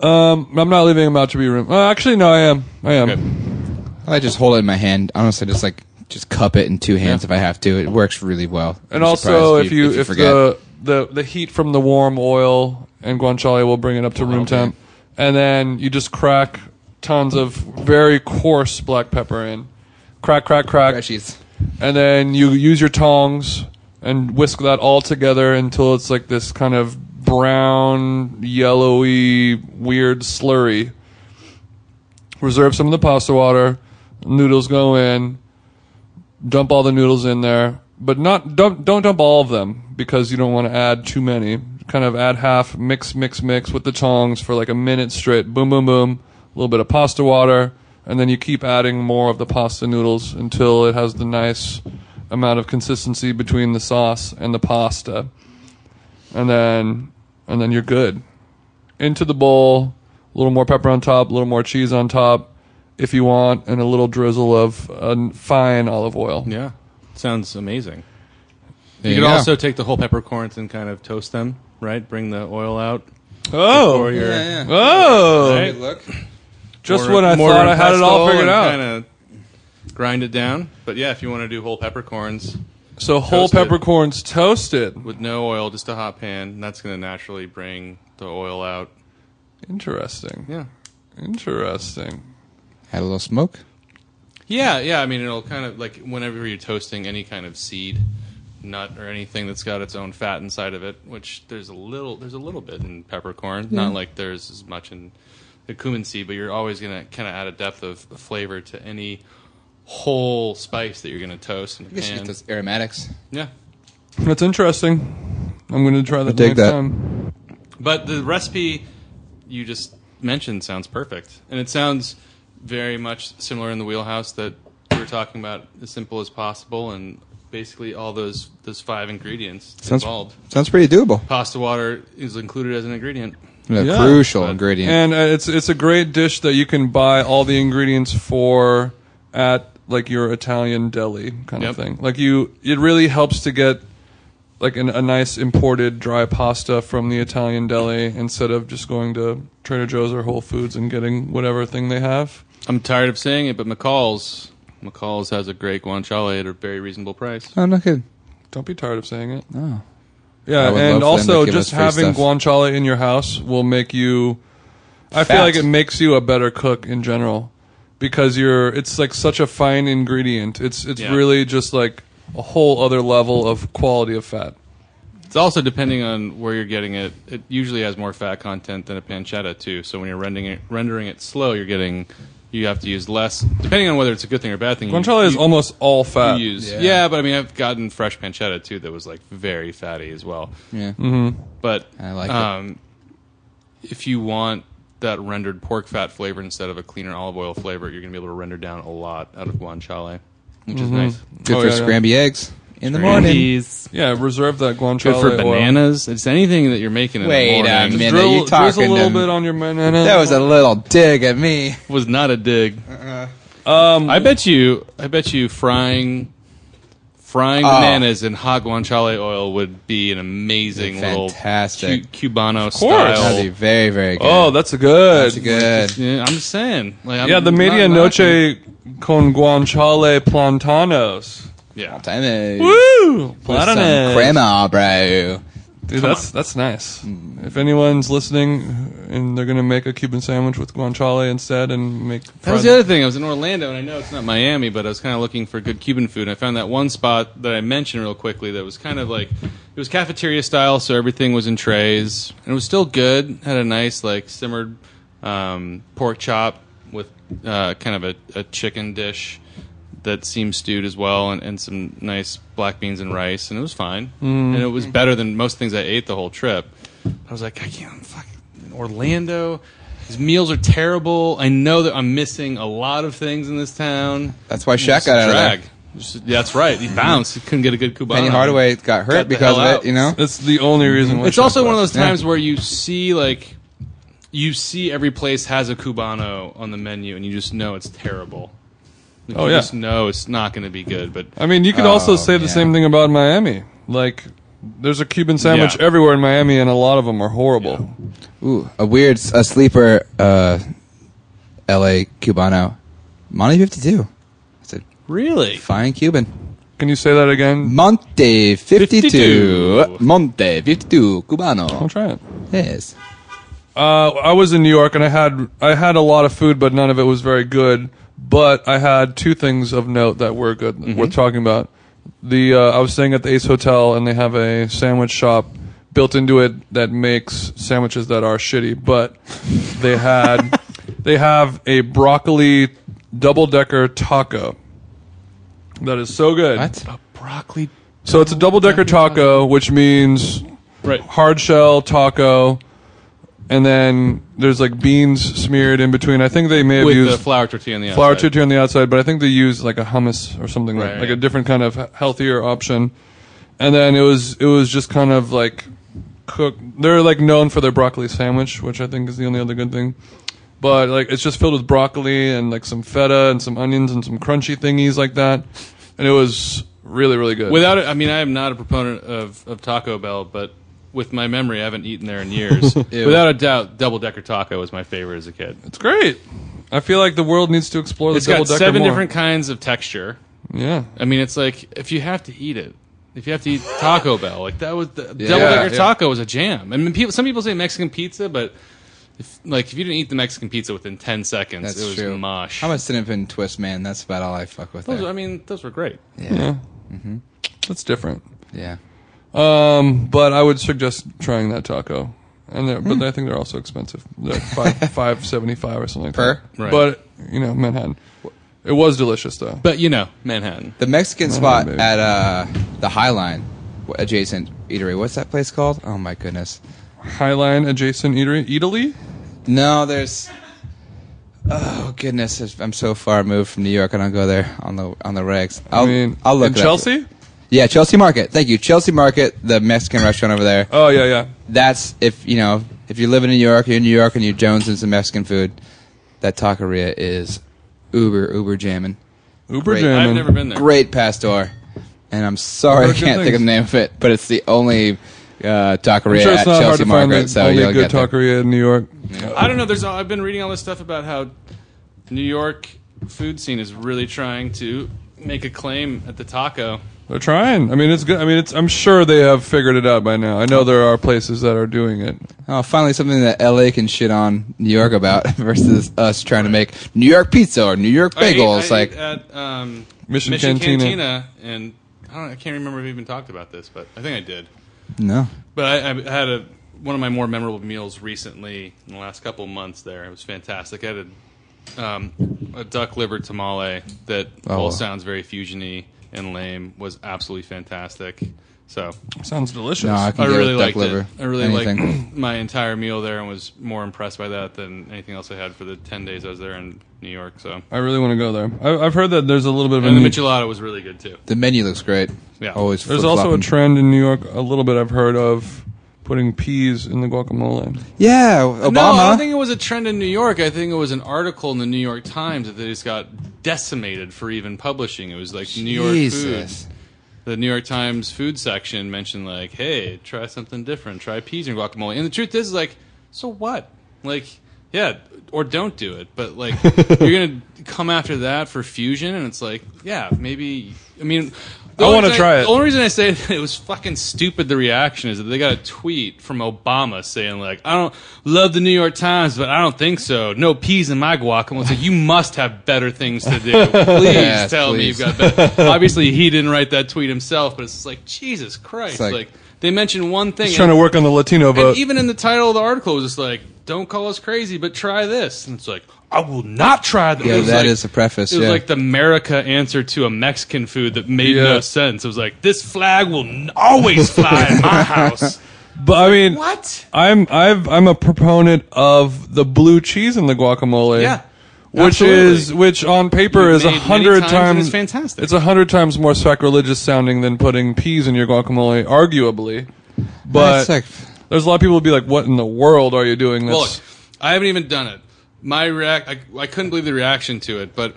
Speaker 3: um, I'm not leaving them out to be room. Uh, actually, no, I am. I am.
Speaker 4: Okay.
Speaker 1: I just hold it in my hand. Honestly, just like just cup it in two hands if I have to. It works really well.
Speaker 3: And
Speaker 1: I'm
Speaker 3: also,
Speaker 1: surprised
Speaker 3: if you if, the, the the heat from the warm oil and guanciale will bring it up to room temp, and then you just crack tons of very coarse black pepper in, crack, crack, crack,
Speaker 1: freshies.
Speaker 3: and then you use your tongs and whisk that all together until it's like this kind of brown, yellowy, weird slurry. Reserve some of the pasta water. Noodles go in. Dump all the noodles in there, but not dump. Don't dump all of them because you don't want to add too many. Kind of add half, mix, mix, mix with the tongs for like a minute straight. Boom, boom, boom. A little bit of pasta water, and then you keep adding more of the pasta noodles until it has the nice amount of consistency between the sauce and the pasta, and then and then you're good. Into the bowl, a little more pepper on top, a little more cheese on top, if you want, and a little drizzle of uh, fine olive oil.
Speaker 4: Yeah. Sounds amazing.
Speaker 1: There
Speaker 4: you could
Speaker 1: go.
Speaker 4: also take the whole peppercorns and kind of toast them, right? Bring the oil out.
Speaker 3: Oh,
Speaker 4: Or your,
Speaker 3: oh!
Speaker 4: Right?
Speaker 1: Look.
Speaker 3: Just
Speaker 4: Or
Speaker 3: when I
Speaker 4: mortar
Speaker 3: thought I
Speaker 4: and
Speaker 3: had it all
Speaker 4: pestle
Speaker 3: figured
Speaker 4: and
Speaker 3: out.
Speaker 4: Kinda grind it down. But yeah, if you want to do whole peppercorns
Speaker 3: so whole
Speaker 4: Toast it.
Speaker 3: peppercorns toasted.
Speaker 4: with no oil, just a hot pan, and that's going to naturally bring the oil out.
Speaker 3: Interesting.
Speaker 4: Yeah.
Speaker 3: Interesting.
Speaker 1: Had a little smoke.
Speaker 4: Yeah, yeah. I mean, it'll kind of like whenever you're toasting any kind of seed, nut, or anything that's got its own fat inside of it, which there's a little, there's a little bit in peppercorn.
Speaker 3: Mm-hmm.
Speaker 4: Not like there's as much in the cumin seed, but you're always gonna kind of add a depth of flavor to any whole spice that you're gonna toast in a
Speaker 1: You should get
Speaker 4: pan.
Speaker 1: those aromatics.
Speaker 4: Yeah.
Speaker 3: That's interesting. I'm going to try that
Speaker 1: dig
Speaker 3: next
Speaker 1: that.
Speaker 3: time.
Speaker 4: But the recipe you just mentioned sounds perfect. And it sounds very much similar in the wheelhouse that we were talking about as simple as possible and basically all those those five ingredients
Speaker 1: Sounds
Speaker 4: involved.
Speaker 1: sounds pretty doable.
Speaker 4: Pasta water is included as an ingredient.
Speaker 1: A
Speaker 3: Yeah.
Speaker 1: crucial ingredient.
Speaker 3: And uh, it's it's a great dish that you can buy all the ingredients for at like your Italian deli kind
Speaker 4: Yep.
Speaker 3: of thing. Like you, it really helps to get like an, a nice imported dry pasta from the Italian deli instead of just going to Trader Joe's or Whole Foods and getting whatever thing they have.
Speaker 4: I'm tired of saying it, but McCall's McCall's has a great guanciale at a very reasonable price.
Speaker 1: oh, no good.
Speaker 3: Don't be tired of saying it.
Speaker 1: Oh. I would
Speaker 3: Yeah,
Speaker 1: love for them
Speaker 3: and
Speaker 1: to
Speaker 3: also
Speaker 1: give
Speaker 3: just
Speaker 1: us free
Speaker 3: having
Speaker 1: stuff.
Speaker 3: guanciale in your house will make you. I feel
Speaker 1: Fat.
Speaker 3: like it makes you a better cook in general, because you're. It's like such a fine ingredient. It's it's
Speaker 4: Yeah.
Speaker 3: really just like a whole other level of quality of fat.
Speaker 4: It's also depending on where you're getting it. It usually has more fat content than a pancetta too. So when you're rendering it, rendering it slow, you're getting you have to use less, depending on whether it's a good thing or a bad thing. you-
Speaker 3: Guanciale is
Speaker 4: you-
Speaker 3: almost all
Speaker 4: you
Speaker 3: fat.
Speaker 4: use.
Speaker 1: Yeah.
Speaker 4: Yeah. but I mean, I've gotten fresh pancetta too that was like very fatty as well.
Speaker 1: Yeah.
Speaker 3: Mm-hmm.
Speaker 4: But
Speaker 1: I like it.
Speaker 3: Ah,
Speaker 4: um, if you want that rendered pork fat flavor instead of a cleaner olive oil flavor, you're going to be able to render down a lot out of guanciale, which is nice.
Speaker 1: Good
Speaker 3: Oh,
Speaker 1: for
Speaker 3: yeah, yeah.
Speaker 1: scramby eggs. in the morning.
Speaker 5: Jeez.
Speaker 3: Yeah, reserve that
Speaker 4: Good
Speaker 3: guanciale
Speaker 4: for
Speaker 3: oil.
Speaker 4: bananas. It's anything that you're making in
Speaker 1: Wait a
Speaker 4: the morning.
Speaker 1: minute.
Speaker 3: Just
Speaker 1: And
Speaker 3: drill,
Speaker 1: then you
Speaker 3: drizzle a
Speaker 1: talking
Speaker 3: little
Speaker 1: to-
Speaker 3: bit on your banana.
Speaker 1: That was a little dig at me.
Speaker 4: was not a dig.
Speaker 3: um,
Speaker 4: I bet you. I bet you frying frying
Speaker 1: Oh.
Speaker 4: bananas in hot guanciale oil would be an amazing little
Speaker 1: Fantastic.
Speaker 4: cu- Cubano
Speaker 3: course.
Speaker 1: That'd be
Speaker 4: style.
Speaker 1: very, very good.
Speaker 3: oh, that's a good.
Speaker 1: that's good.
Speaker 4: Yeah, I'm just saying. Like, I'm
Speaker 3: Yeah, the
Speaker 4: not
Speaker 3: media
Speaker 4: knocking-
Speaker 3: noche con guanciale plantanos.
Speaker 4: Yeah,
Speaker 1: Time is-
Speaker 3: Woo!
Speaker 1: With some
Speaker 3: Platanes.
Speaker 1: crema, bro.
Speaker 3: Dude, that's that's nice.
Speaker 1: Hmm.
Speaker 3: If anyone's listening and they're gonna make a Cuban sandwich with guanciale instead and make
Speaker 4: that was the other thing. I was in Orlando, and I know it's not Miami, but I was kind of looking for good Cuban food. And I found that one spot that I mentioned real quickly that was kind of like it was cafeteria style, so everything was in trays, and it was still good. Had a nice like simmered um, pork chop with uh, kind of a, a chicken dish that seemed stewed as well, and, and some nice black beans and rice, and it was fine. And it was better than most things I ate the whole trip. I was like, I can't fucking Orlando. These meals are terrible. I know that I'm missing a lot of things in this town.
Speaker 1: That's why
Speaker 4: Just
Speaker 1: Shaq got out of
Speaker 4: drag.
Speaker 1: there.
Speaker 4: Just- yeah, that's right. He bounced. He couldn't get a good Cubano.
Speaker 1: Penny Hardaway got hurt
Speaker 4: Got the
Speaker 1: because
Speaker 4: hell
Speaker 1: of
Speaker 4: out.
Speaker 1: it, you know?
Speaker 3: That's the only reason. why
Speaker 4: It's also
Speaker 3: Chuck
Speaker 4: one of those
Speaker 3: left.
Speaker 4: times where you see like you see every place has a Cubano on the menu, and you just know it's terrible. Like,
Speaker 3: Oh,
Speaker 4: you
Speaker 3: yeah.
Speaker 4: just know it's not going to be good. But
Speaker 3: I mean, you could
Speaker 1: Oh,
Speaker 3: also say the
Speaker 1: yeah.
Speaker 3: same thing about Miami. Like, there's a Cuban sandwich
Speaker 4: Yeah.
Speaker 3: everywhere in Miami, and a lot of them are horrible.
Speaker 1: Ooh, a weird s- a sleeper uh, LA Cubano. Monte 52. That's a
Speaker 4: really,
Speaker 1: fine Cuban.
Speaker 3: Can you say that again?
Speaker 1: Monte 52.
Speaker 4: 52.
Speaker 1: Monte 52
Speaker 3: I'll
Speaker 1: Cubano.
Speaker 3: try it.
Speaker 1: Yes.
Speaker 3: Uh, I was in New York, and I had I had a lot of food, but none of it was very good. But I had two things of note that were good, worth talking about. The uh, I was staying at the Ace Hotel, and they have a sandwich shop built into it that makes sandwiches that are shitty. But they had they have a broccoli double decker taco that is so good.
Speaker 1: What?
Speaker 4: broccoli.
Speaker 3: So it's a double decker taco, which means
Speaker 4: Right.
Speaker 3: hard shell taco, and then there's like beans smeared in between. I think they may have
Speaker 4: With the
Speaker 3: used
Speaker 4: flour tortilla on the
Speaker 3: flour
Speaker 4: outside.
Speaker 3: tortilla on the outside, but I think they used like a hummus or something like,
Speaker 4: Right.
Speaker 3: like a different kind of he- healthier option. And then it was it was just kind of like cooked. They're like known for their broccoli sandwich, which I think is the only other good thing. But like it's just filled with broccoli and like some feta and some onions and some crunchy thingies like that, and it was really really good.
Speaker 4: Without it, I mean, I am not a proponent of, of Taco Bell, but with my memory, I haven't eaten there in years. Without a doubt, double decker taco was my favorite as a kid.
Speaker 3: It's great. I feel like the world needs to explore the
Speaker 4: It's
Speaker 3: double
Speaker 4: got
Speaker 3: decker
Speaker 4: seven
Speaker 3: more.
Speaker 4: different kinds of texture.
Speaker 3: yeah.
Speaker 4: I mean, it's like if you have to eat it, if you have to eat Taco Bell, like that was the double decker
Speaker 3: yeah.
Speaker 4: taco was a jam. I mean, people, some people say Mexican pizza, but if, like if you didn't eat the Mexican pizza within ten seconds,
Speaker 1: That's
Speaker 4: it was
Speaker 1: true.
Speaker 4: mosh.
Speaker 1: I'm a cinnamon twist man. That's about all I fuck with.
Speaker 4: those,
Speaker 1: there.
Speaker 4: I mean, those were great.
Speaker 3: That's different.
Speaker 1: yeah.
Speaker 3: Um, but I would suggest trying that taco. And they're,
Speaker 1: Hmm.
Speaker 3: but I think they're also expensive. They're five five seventy five or something like
Speaker 1: Per?
Speaker 3: that.
Speaker 4: Right.
Speaker 3: But you know, Manhattan. It was delicious though.
Speaker 4: But you know, Manhattan.
Speaker 1: The Mexican spot
Speaker 3: maybe.
Speaker 1: at uh, the High Line, wh- adjacent eatery. What's that place called? Oh my goodness.
Speaker 3: Highline adjacent eatery, Italy.
Speaker 1: No, there's. Oh goodness, it's- I'm so far removed from New York. I don't go there on the on the regs. I'll,
Speaker 3: I mean,
Speaker 1: I'll look
Speaker 3: in
Speaker 1: it up.
Speaker 3: Chelsea.
Speaker 1: Yeah, Chelsea Market. Thank you, Chelsea Market, the Mexican restaurant over there.
Speaker 3: Oh yeah, yeah.
Speaker 1: That's if you know if you live in New York, you're in New York, and you Jones and some Mexican food. That taqueria is uber uber jamming.
Speaker 3: Uber
Speaker 1: Great.
Speaker 3: jamming.
Speaker 4: I've never been there.
Speaker 1: Great pastor, and I'm sorry I
Speaker 3: Heard good
Speaker 1: can't think of the
Speaker 3: things.
Speaker 1: name of it, but it's the only uh, taqueria
Speaker 3: I'm sure
Speaker 1: at
Speaker 3: it's not
Speaker 1: Chelsea
Speaker 3: hard to
Speaker 1: Market.
Speaker 3: find the
Speaker 1: so
Speaker 3: only
Speaker 1: you'll
Speaker 3: good
Speaker 1: get there.
Speaker 3: taqueria in New York.
Speaker 4: I don't know. There's all, I've been reading all this stuff about how New York food scene is really trying to make a claim at the taco.
Speaker 3: They're trying. I mean, it's good. I mean, it's. I'm sure they have figured it out by now. I know there are places that are doing it.
Speaker 1: Oh, finally something that LA can shit on New York about versus us trying to make New York pizza or New York
Speaker 4: I ate- I
Speaker 1: bagels.
Speaker 4: ate
Speaker 1: Like,
Speaker 4: at um,
Speaker 3: Mission
Speaker 4: Mission,
Speaker 3: Cantina.
Speaker 4: Cantina. and I, don't, I can't remember if we even talked about this, but I think I did.
Speaker 1: no,
Speaker 4: But I, I had a one of my more memorable meals recently in the last couple of months. There, it was fantastic. I had a, um, a duck liver tamale that
Speaker 1: Oh.
Speaker 4: all sounds very fusiony and lame. Was absolutely fantastic. So
Speaker 3: Sounds delicious.
Speaker 1: No, I
Speaker 4: I
Speaker 1: can get
Speaker 4: really
Speaker 1: with duck
Speaker 4: liked
Speaker 1: liver.
Speaker 4: it. I really
Speaker 1: Anything.
Speaker 4: liked my entire meal there and was more impressed by that than anything else I had for the ten days I was there in New York. So
Speaker 3: I really want to go there. I, I've heard that there's a little bit of a
Speaker 1: Mm.
Speaker 4: and the
Speaker 3: need-
Speaker 4: michelada was really good too.
Speaker 1: The menu looks great.
Speaker 4: Yeah.
Speaker 1: Always.
Speaker 3: There's also a
Speaker 1: flip-flopping.
Speaker 3: trend in New York. A little bit I've heard of putting peas in the guacamole.
Speaker 1: Yeah, Obama.
Speaker 4: No, I don't think it was a trend in New York. I think it was an article in the New York Times that they just got decimated for even publishing. It was like New York
Speaker 1: Jesus.
Speaker 4: foods. The New York Times food section mentioned like, "Hey, try something different. Try peas and guacamole." And the truth is, like, so what? Like, yeah, or don't do it. But like, you're gonna come after that for fusion, and it's like, yeah, maybe. I mean, the
Speaker 3: I
Speaker 4: only
Speaker 3: wanna
Speaker 4: reason
Speaker 3: try it.
Speaker 4: The only reason I say it was fucking stupid. The reaction is that they got a tweet from Obama saying like, "I don't love the New York Times, but I don't think so. No peas in my guacamole." It's like you must have better things to do. Please
Speaker 1: Yes,
Speaker 4: tell me
Speaker 1: please.
Speaker 4: you've got better. Obviously, he didn't write that tweet himself, but it's just like Jesus Christ.
Speaker 1: It's like-
Speaker 4: Like, they mentioned one thing.
Speaker 3: He's trying to work on the Latino
Speaker 4: and
Speaker 3: vote.
Speaker 4: even in the title of the article, it was just like, "Don't call us crazy, but try this." And it's like, I will not try that.
Speaker 1: yeah,
Speaker 4: It
Speaker 1: that
Speaker 4: was
Speaker 1: is
Speaker 4: like-
Speaker 1: the preface.
Speaker 4: it was
Speaker 1: yeah.
Speaker 4: like the America answer to a Mexican food that made
Speaker 3: Yeah.
Speaker 4: no sense. It was like this flag will n- always fly in my house.
Speaker 3: but I mean,
Speaker 4: What?
Speaker 3: I'm I've I'm a proponent of the blue cheese in the guacamole.
Speaker 4: Yeah,
Speaker 3: Which
Speaker 4: absolutely.
Speaker 3: is which on paper
Speaker 4: We've
Speaker 3: is a
Speaker 4: made many
Speaker 3: hundred
Speaker 4: times
Speaker 3: times,
Speaker 4: and it's fantastic.
Speaker 3: It's a hundred times more sacrilegious sounding than putting peas in your guacamole, arguably. But
Speaker 1: That's like-
Speaker 3: there's a lot of people who be like, "What in the world are you doing?" This
Speaker 4: Well, look, I haven't even done it. My react, I, I couldn't believe the reaction to it. But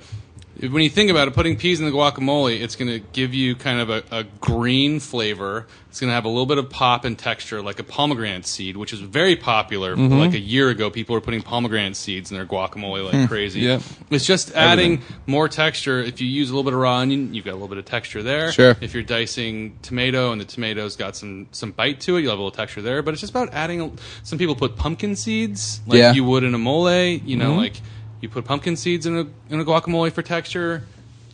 Speaker 4: if- when you think about it, putting peas in the guacamole, it's going to give you kind of a, a green flavor. It's going to have a little bit of pop and texture, like a pomegranate seed, which is very popular. Like a year ago, people were putting pomegranate seeds in their guacamole like crazy.
Speaker 3: Yep.
Speaker 4: It's just adding more texture. If you use a little bit of raw onion, you've got a little bit of texture there.
Speaker 1: Sure.
Speaker 4: If you're dicing tomato and the tomato's got some some bite to it, you'll have a little texture there. But it's just about adding. a- Some people put pumpkin seeds, like
Speaker 1: Yeah.
Speaker 4: you would in a mole. You
Speaker 3: Mm-hmm.
Speaker 4: know, like you put pumpkin seeds in a in a guacamole for texture.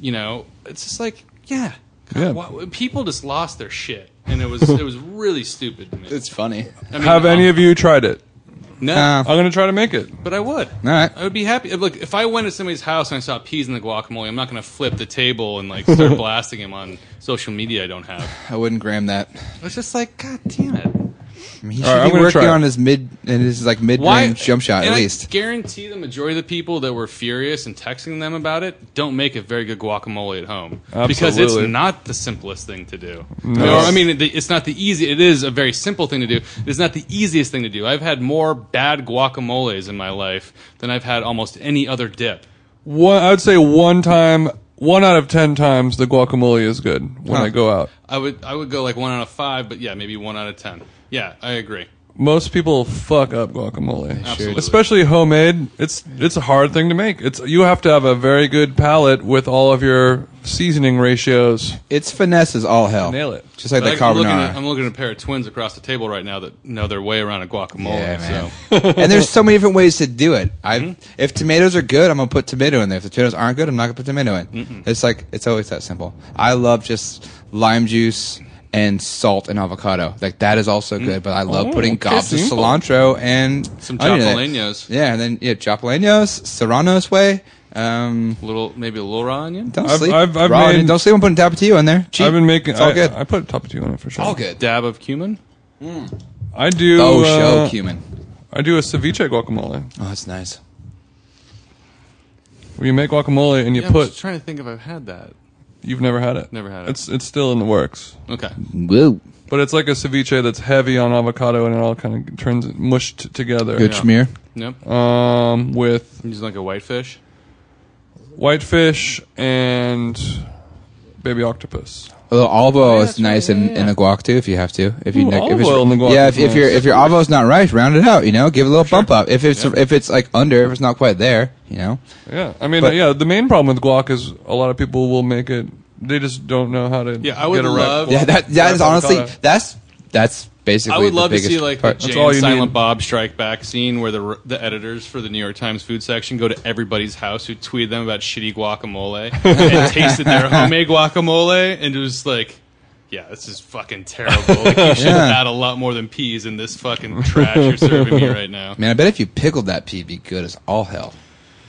Speaker 4: You know, it's just like yeah, God,
Speaker 3: Yeah.
Speaker 4: why- people just lost their shit, and it was it was really stupid. To me.
Speaker 1: it's funny.
Speaker 4: I mean,
Speaker 3: have any
Speaker 4: um,
Speaker 3: of you tried it?
Speaker 4: no?
Speaker 1: Uh,
Speaker 3: I'm gonna try to make it.
Speaker 4: But I would.
Speaker 1: All right.
Speaker 4: I would be happy. Look, if I went to somebody's house and I saw peas in the guacamole, I'm not going to flip the table and like start blasting him on social media. I don't have.
Speaker 1: I wouldn't gram that.
Speaker 4: It's just like, God damn it!
Speaker 1: I mean, he
Speaker 3: All right,
Speaker 1: should
Speaker 3: I'm
Speaker 1: be
Speaker 3: gonna
Speaker 1: working
Speaker 3: try it.
Speaker 1: on his mid and his like mid range jump shot
Speaker 4: and
Speaker 1: at
Speaker 4: I
Speaker 1: least.
Speaker 4: guarantee the majority of the people that were furious and texting them about it don't make a very good guacamole at home because it's
Speaker 3: Absolutely.
Speaker 4: not the simplest thing to do. Or, I mean, it- it's not the easy. It is a very simple thing to do. It's not the easiest thing to do. I've had more bad guacamoles in my life than I've had almost any other dip.
Speaker 3: One, I would say one time, one out of ten times, the guacamole is good when I go out.
Speaker 4: I would I would go like one out of five, but yeah, maybe one out of ten. Yeah, I agree.
Speaker 3: Most people fuck up guacamole,
Speaker 4: Absolutely.
Speaker 3: especially homemade. It's it's a hard thing to make. It's you have to have a very good palate with all of your seasoning ratios.
Speaker 1: Its finesse is all hell.
Speaker 3: Nail it.
Speaker 1: Just like
Speaker 4: But
Speaker 1: the
Speaker 4: I, am looking at,
Speaker 1: carbonara.
Speaker 4: I'm looking at a pair of twins across the table right now that know their way around a guacamole.
Speaker 1: Yeah, man.
Speaker 4: so
Speaker 1: and there's so many different ways to do it. I
Speaker 3: Mm-hmm.
Speaker 1: if tomatoes are good, I'm gonna put tomato in there. If the tomatoes aren't good, I'm not gonna put tomato in. It's like it's always that simple. I love just lime juice and salt and avocado. Like that is also good, but I love putting gobs of
Speaker 3: Mm. Oh, simple.
Speaker 1: cilantro and
Speaker 4: some
Speaker 1: onion in it.
Speaker 4: jalapenos,
Speaker 1: Yeah, and then yeah, jalapenos, serranos way. Um,
Speaker 4: little maybe a little raw onion.
Speaker 1: don't
Speaker 3: I've-
Speaker 1: sleep.
Speaker 3: I've- I've
Speaker 1: Raw
Speaker 3: made-
Speaker 1: onion. don't sleep. I'm putting tapatio in there. Cheap.
Speaker 3: I've been making.
Speaker 1: It's all
Speaker 3: I,
Speaker 1: good.
Speaker 3: I put tapatio in it for sure.
Speaker 1: all good.
Speaker 4: Dab of cumin.
Speaker 3: I do.
Speaker 1: Oh,
Speaker 3: uh,
Speaker 1: show cumin.
Speaker 3: I do a ceviche guacamole.
Speaker 1: Oh, that's nice.
Speaker 3: Where you make guacamole and you
Speaker 4: Yeah, I'm
Speaker 3: put.
Speaker 4: just trying to think if I've had that.
Speaker 3: You've never had it.
Speaker 4: Never had it.
Speaker 3: It's it's still in the works.
Speaker 4: Okay,
Speaker 1: Woo.
Speaker 3: But it's like a ceviche that's heavy on avocado and it all kind of turns mushed together.
Speaker 1: Good
Speaker 4: Yeah.
Speaker 1: schmear.
Speaker 4: nope.
Speaker 1: Uh,
Speaker 3: Um, with
Speaker 4: I'm using like a whitefish.
Speaker 3: whitefish and baby octopus.
Speaker 1: Although olive oil is
Speaker 4: that's
Speaker 1: nice
Speaker 4: right. Oh, Yeah,
Speaker 1: in,
Speaker 4: yeah,
Speaker 1: in
Speaker 4: yeah.
Speaker 1: the guac too. If you have to, if you
Speaker 3: Ooh,
Speaker 1: if
Speaker 3: olive
Speaker 1: it's-
Speaker 3: oil in the guac
Speaker 1: yeah, if,
Speaker 3: is
Speaker 1: if your
Speaker 3: nice.
Speaker 1: if your olive oil's not right, round it out. You know, give it a little bump up. If it's if it's like under, if it's not quite there, you know,
Speaker 3: Yeah, I mean,
Speaker 1: But-
Speaker 3: yeah. The main problem with guac is a lot of people will make it. They just don't know how to.
Speaker 4: Yeah, I would
Speaker 3: get a right
Speaker 4: love-
Speaker 3: guac.
Speaker 1: yeah, that that is
Speaker 3: Avocado.
Speaker 1: honestly that's that's basically.
Speaker 4: I would
Speaker 1: the
Speaker 4: love to
Speaker 1: biggest
Speaker 4: see like the
Speaker 1: part.
Speaker 3: That's all
Speaker 4: James
Speaker 3: you
Speaker 4: Silent
Speaker 3: need.
Speaker 4: Bob Strike Back scene where the the editors for the New York Times food section go to everybody's house who tweeted them about shitty guacamole and tasted their homemade guacamole and it was like, yeah, this is fucking terrible. Like, you should
Speaker 1: Yeah.
Speaker 4: add a lot more than peas in this fucking trash you're serving me right now.
Speaker 1: Man, I bet if you pickled that pea, it'd be good as all hell.